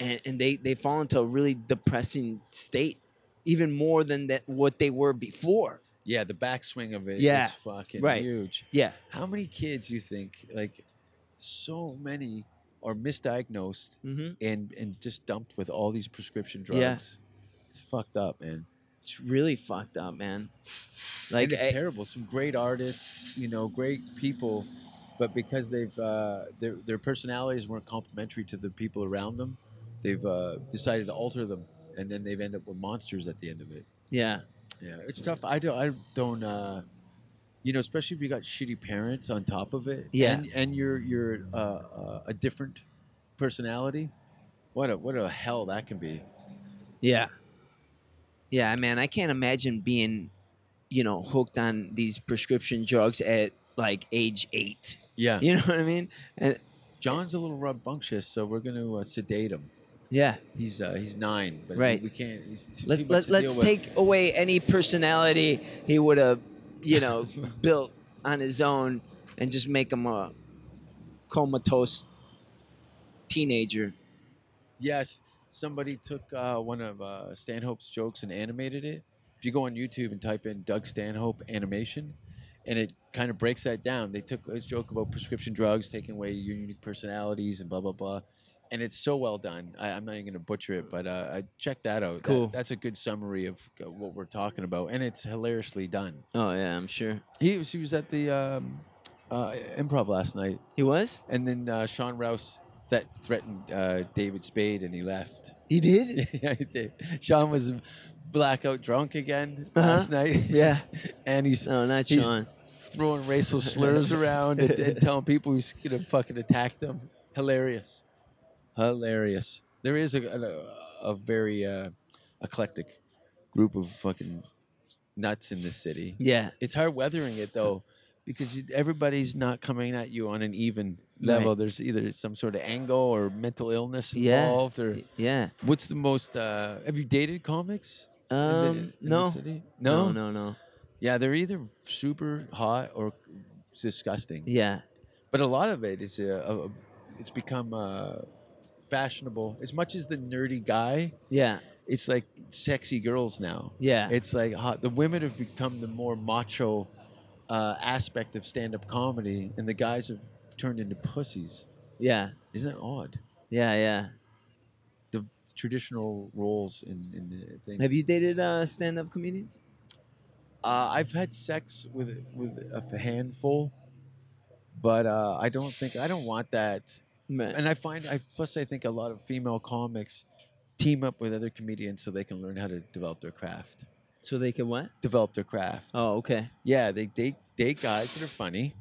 and, and they they fall into a really depressing state, even more than that what they were before.
Yeah. The backswing of it is
Yeah,
fucking
right.
huge.
Yeah,
How many kids you think like? So many are misdiagnosed
mm-hmm.
and and just dumped with all these prescription drugs.
Yeah.
It's fucked up, man.
it's really fucked up, man.
like
Like eh
it's
I-
terrible. Some great artists, you know, great people, but because they've uh, their their personalities weren't complementary to the people around them, they've uh, decided to alter them, and then they've ended up with monsters at the end of it.
yeah,
Yeah, it's tough. I don't. I don't. Uh, you know, especially if you got shitty parents on top of it.
Yeah.
and, and you're you're uh, uh, a different personality. What a what a hell that can be.
yeah, yeah, man. I can't imagine being, you know, hooked on these prescription drugs at like age eight.
Yeah,
You know what I mean? And,
John's a little rambunctious, so we're going to uh, sedate him.
yeah.
He's uh, he's nine, but
Right.
we can't. He's too, too
Let,
much
let,
to deal
let's
with.
take away any personality he would have, you know, built on his own and just make him a comatose teenager.
Yes, somebody took uh, one of uh, Stanhope's jokes and animated it. If you go on YouTube and type in Doug Stanhope animation, and it kind of breaks that down. They took his joke about prescription drugs taking away your unique personalities and blah blah blah, and it's so well done. I, I'm not even going to butcher it, but uh, I check that out. That-
Cool.
that's a good summary of uh, what we're talking about, and it's hilariously done.
Oh yeah, I'm sure
He was he was at the um, uh, improv last night,
he was.
and then uh, Sean Rouse that threatened uh, David Spade, and he left.
He did.
yeah, he did. Sean was blackout drunk again
Uh-huh.
last night.
yeah.
and he's
No, not
He's-
Sean.
throwing racial slurs around and, and telling people he's gonna fucking attack them. Hilarious, hilarious. There is a a, a very uh, eclectic group of fucking nuts in this city.
Yeah.
It's hard weathering it though, because you, everybody's not coming at you on an even level.
Right.
There's either some sort of angle or mental illness
Yeah.
involved, or
Yeah.
what's the most? Uh, have you dated comics? in the- in
Um.
the
No.
city?
No. No. No.
Yeah, they're either super hot or disgusting.
Yeah.
But a lot of it is uh, uh, it's become uh, fashionable. As much as the nerdy guy,
Yeah.
it's like sexy girls now.
Yeah.
It's like hot. The women have become the more macho uh, aspect of stand-up comedy, and the guys have turned into pussies.
yeah.
Isn't that odd?
Yeah. Yeah.
The traditional roles in, in the thing.
Have you dated uh, stand-up comedians?
Uh, I've had sex with with a f- handful, but uh, I don't think I don't want that.
Man.
And I find I plus I think a lot of female comics team up with other comedians so they can learn how to develop their craft.
So they can what?
Develop their craft.
Oh, okay.
Yeah, they they date guys that are funny,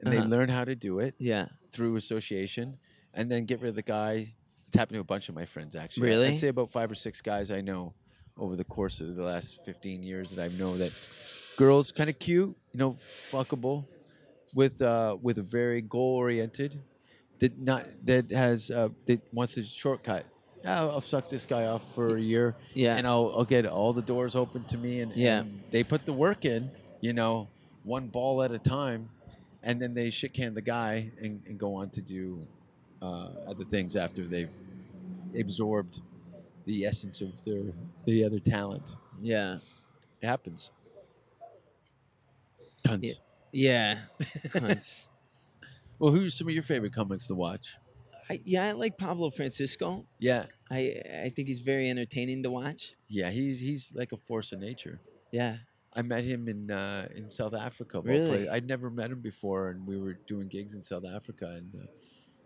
and they
Uh-huh.
learn how to do it
Yeah.
through association, and then get rid of the guy. It's happened to a bunch of my friends actually. I-
Really?
I'd say about five or six guys I know over the course of the last 15 years that I know that girls kind of cute, you know, fuckable, with uh, with a very goal oriented that not that has uh, that wants a shortcut. Yeah, I'll I'll suck this guy off for a year,
Yeah.
and I'll, I'll get all the doors open to me. And,
Yeah.
and they put the work in, you know, one ball at a time, and then they shit can the guy and, and go on to do uh, other things after they've absorbed the essence of their the other talent.
yeah.
It happens. Cunts.
Yeah. Yeah. Cunts.
Well, who's some of your favorite comics to watch?
I, yeah, I like Pablo Francisco.
Yeah,
I I think he's very entertaining to watch.
yeah, he's he's like a force of nature.
Yeah.
I met him in uh, in South Africa. of all
Really?
places. I'd never met him before, and we were doing gigs in South Africa, and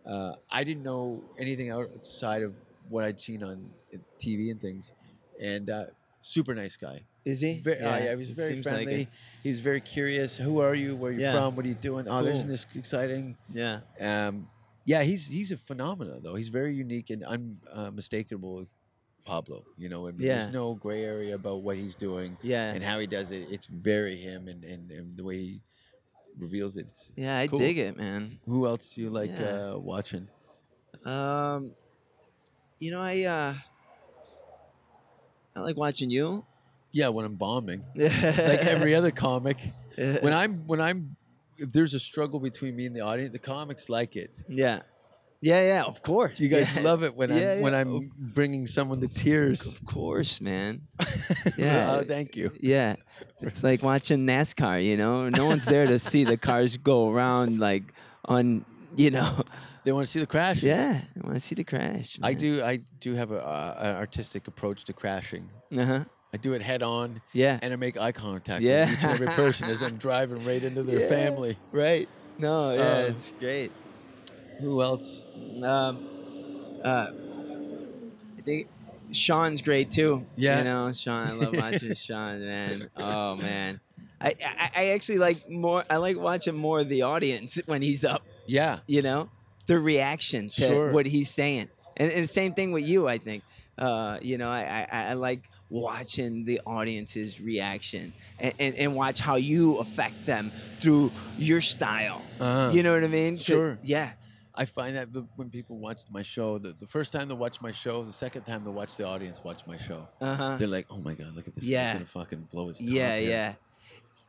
uh, uh, I didn't know anything outside of what I'd seen on uh, TV and things. And uh, super nice guy.
Is he?
Very, oh, yeah, yeah, he was
it
very
seems like
friendly.
it.
he was very curious. Who are you? Where are you
Yeah.
from? What are you doing? Oh,
Cool.
isn't this exciting?
yeah.
Um, yeah, he's he's a phenomenon though. He's very unique and unmistakable, Pablo. You know, and
Yeah.
there's no gray area about what he's doing
Yeah.
and how he does it. It's very him, and and, and the way he reveals it. It's,
yeah, I dig it, man.
Who else do you like
Yeah.
uh, watching?
Um, you know, I uh, I like watching you.
Yeah, when I'm bombing, like every other comic. When I'm when I'm if there's a struggle between me and the audience, the comics like it.
yeah, yeah, yeah. Of course,
You guys
yeah.
love it when
Yeah,
I'm when
yeah,
I'm bringing someone to tears.
Of course, man. Yeah.
oh, thank you.
Yeah, it's like watching NASCAR. You know, no one's there to see the cars go around like on. You know,
They want to see the crash.
yeah. I want to see the crash.
I do. I do have a, uh, an artistic approach to crashing.
Uh huh.
I do it head on,
Yeah.
and I make eye contact
Yeah.
with each and every person as I'm driving right into their
Yeah.
family.
Right. No. Yeah.
Um,
it's great.
Who else?
Um, uh, I think Sean's great too.
Yeah.
you know Sean. I love watching Sean, man. Oh man, I, I I actually like more. I like watching more of the audience when he's up.
Yeah,
You know, the reaction to
Sure.
what he's saying, and, and same thing with you. I think. Uh, you know, I, I I like watching the audience's reaction and, and, and watch how you affect them through your style.
Uh-huh.
You know what I mean? 'Cause-
Sure.
Yeah.
I find that the- when people watch my show, the, the first time they watch my show, the second time they watch the audience watch my show,
Uh huh.
they're like, "Oh my god, look at this!
Yeah.
guy's gonna fucking blow his top
yeah
here."
yeah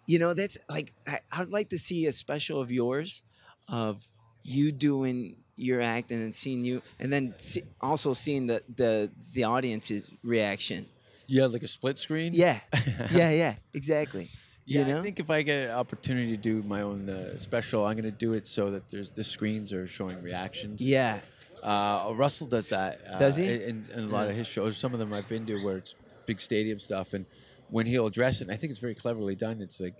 you know that's like I, i'd like to see a special of yours of you doing your act and then seeing you, and then see, also seeing the the the audience's reaction.
Yeah, like a split screen.
Yeah, yeah, yeah, exactly.
Yeah,
you know,
I think if I get an opportunity to do my own uh, special, I'm going to do it so that there's the screens are showing reactions.
yeah,
Uh, Russell does that. Uh,
Does he?
In, in a lot of his shows, some of them I've been to where it's big stadium stuff, and when he'll address it, and I think it's very cleverly done. It's like,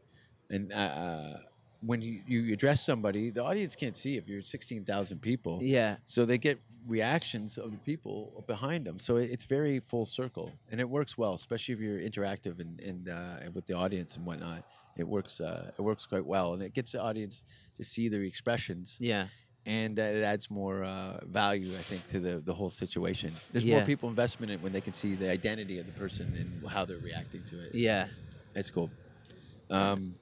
and uh, uh, when you, you address somebody, the audience can't see if you're sixteen thousand people.
yeah.
So they get reactions of the people behind them. So it- it's very full circle, and it works well, especially if you're interactive and and, uh, and with the audience and whatnot. It works. Uh, it works quite well, and it gets the audience to see their expressions,
Yeah.
and uh, it adds more uh, value, I think, to the the whole situation. There's
Yeah.
more people investment in it when they can see the identity of the person and how they're reacting to it.
Yeah.
it's cool. Um,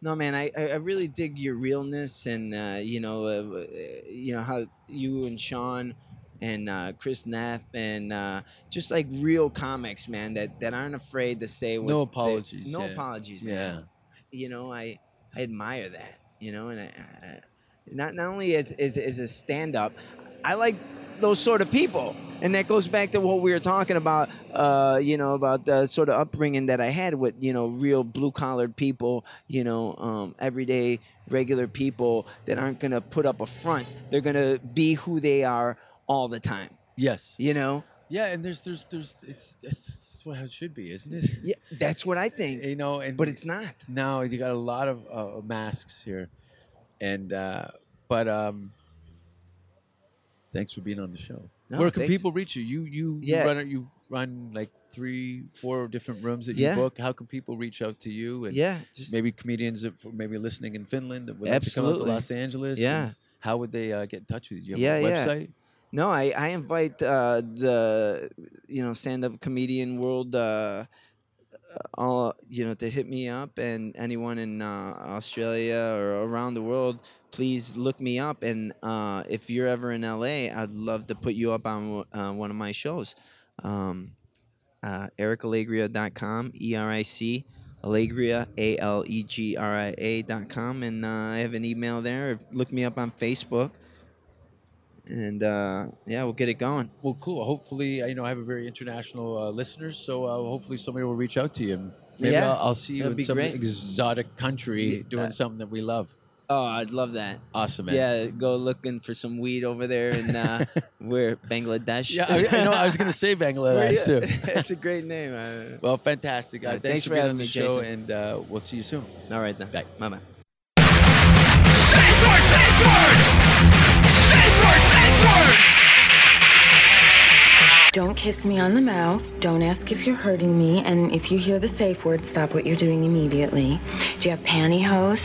No, man, I, I I really dig your realness and uh, you know uh, uh, you know how you and Sean and uh, Chris Nath and uh, just like real comics, man, that, that aren't afraid to say what
No
they-
apologies,
no
yeah.
apologies, man.
yeah,
You know, I I admire that. You know, and I, I I- not not only as as, as a stand up, I like those sort of people. And that goes back to what we were talking about, uh, you know, about the sort of upbringing that I had with, you know, real blue collared people, you know, um, everyday regular people that aren't going to put up a front. They're going to be who they are all the time,
yes,
you know?
yeah. And there's there's there's it's that's what it should be, isn't it?
Yeah, that's what I think.
you know, and
But it's not.
now you got a lot of uh, masks here, and uh, but um, thanks for being on the show.
No,
Where can
thanks.
people reach you? You you,
Yeah.
you run you run like three four different rooms that
Yeah.
you book. How can people reach out to you? And
Yeah. Just,
maybe comedians that f- maybe listening in Finland that would like to come out to
Absolutely.
Los Angeles.
Yeah.
and How would they uh, get in touch with you? Do you
Yeah,
have
yeah.
a website?
No, I, I invite uh, the you know stand up comedian world uh, all you know to hit me up and anyone in uh, Australia or around the world, please look me up. And uh, if you're ever in LA, I'd love to put you up on uh, one of my shows. Um, uh, ericalegria.com, E R I C, Allegria, A L E G R I A.com. And uh, I have an email there. Look me up on Facebook. And uh, yeah, we'll get it going.
Well, cool. Hopefully, uh, you know I have a very international uh, listeners, so uh, hopefully somebody will reach out to you. and Maybe
Yeah.
I'll, I'll see you
That'd
in
be
some
great.
exotic country
Yeah.
doing something that we love.
Oh, I'd love that.
Awesome, man.
Yeah, go looking for some weed over there in uh, where Bangladesh.
yeah. I, I know. I was gonna say Bangladesh too.
That's a great name. uh,
Well, fantastic. Uh,
All right,
thanks,
thanks
for
for
being
having
on the
me,
show,
Jason.
and uh, we'll see you soon.
all right then.
Bye.
Bye bye.
Safe word, safe word! Safe word, safe word!
Don't kiss me on the mouth. Don't ask if you're hurting me. And if you hear the safe word, stop what you're doing immediately. Do you have pantyhose?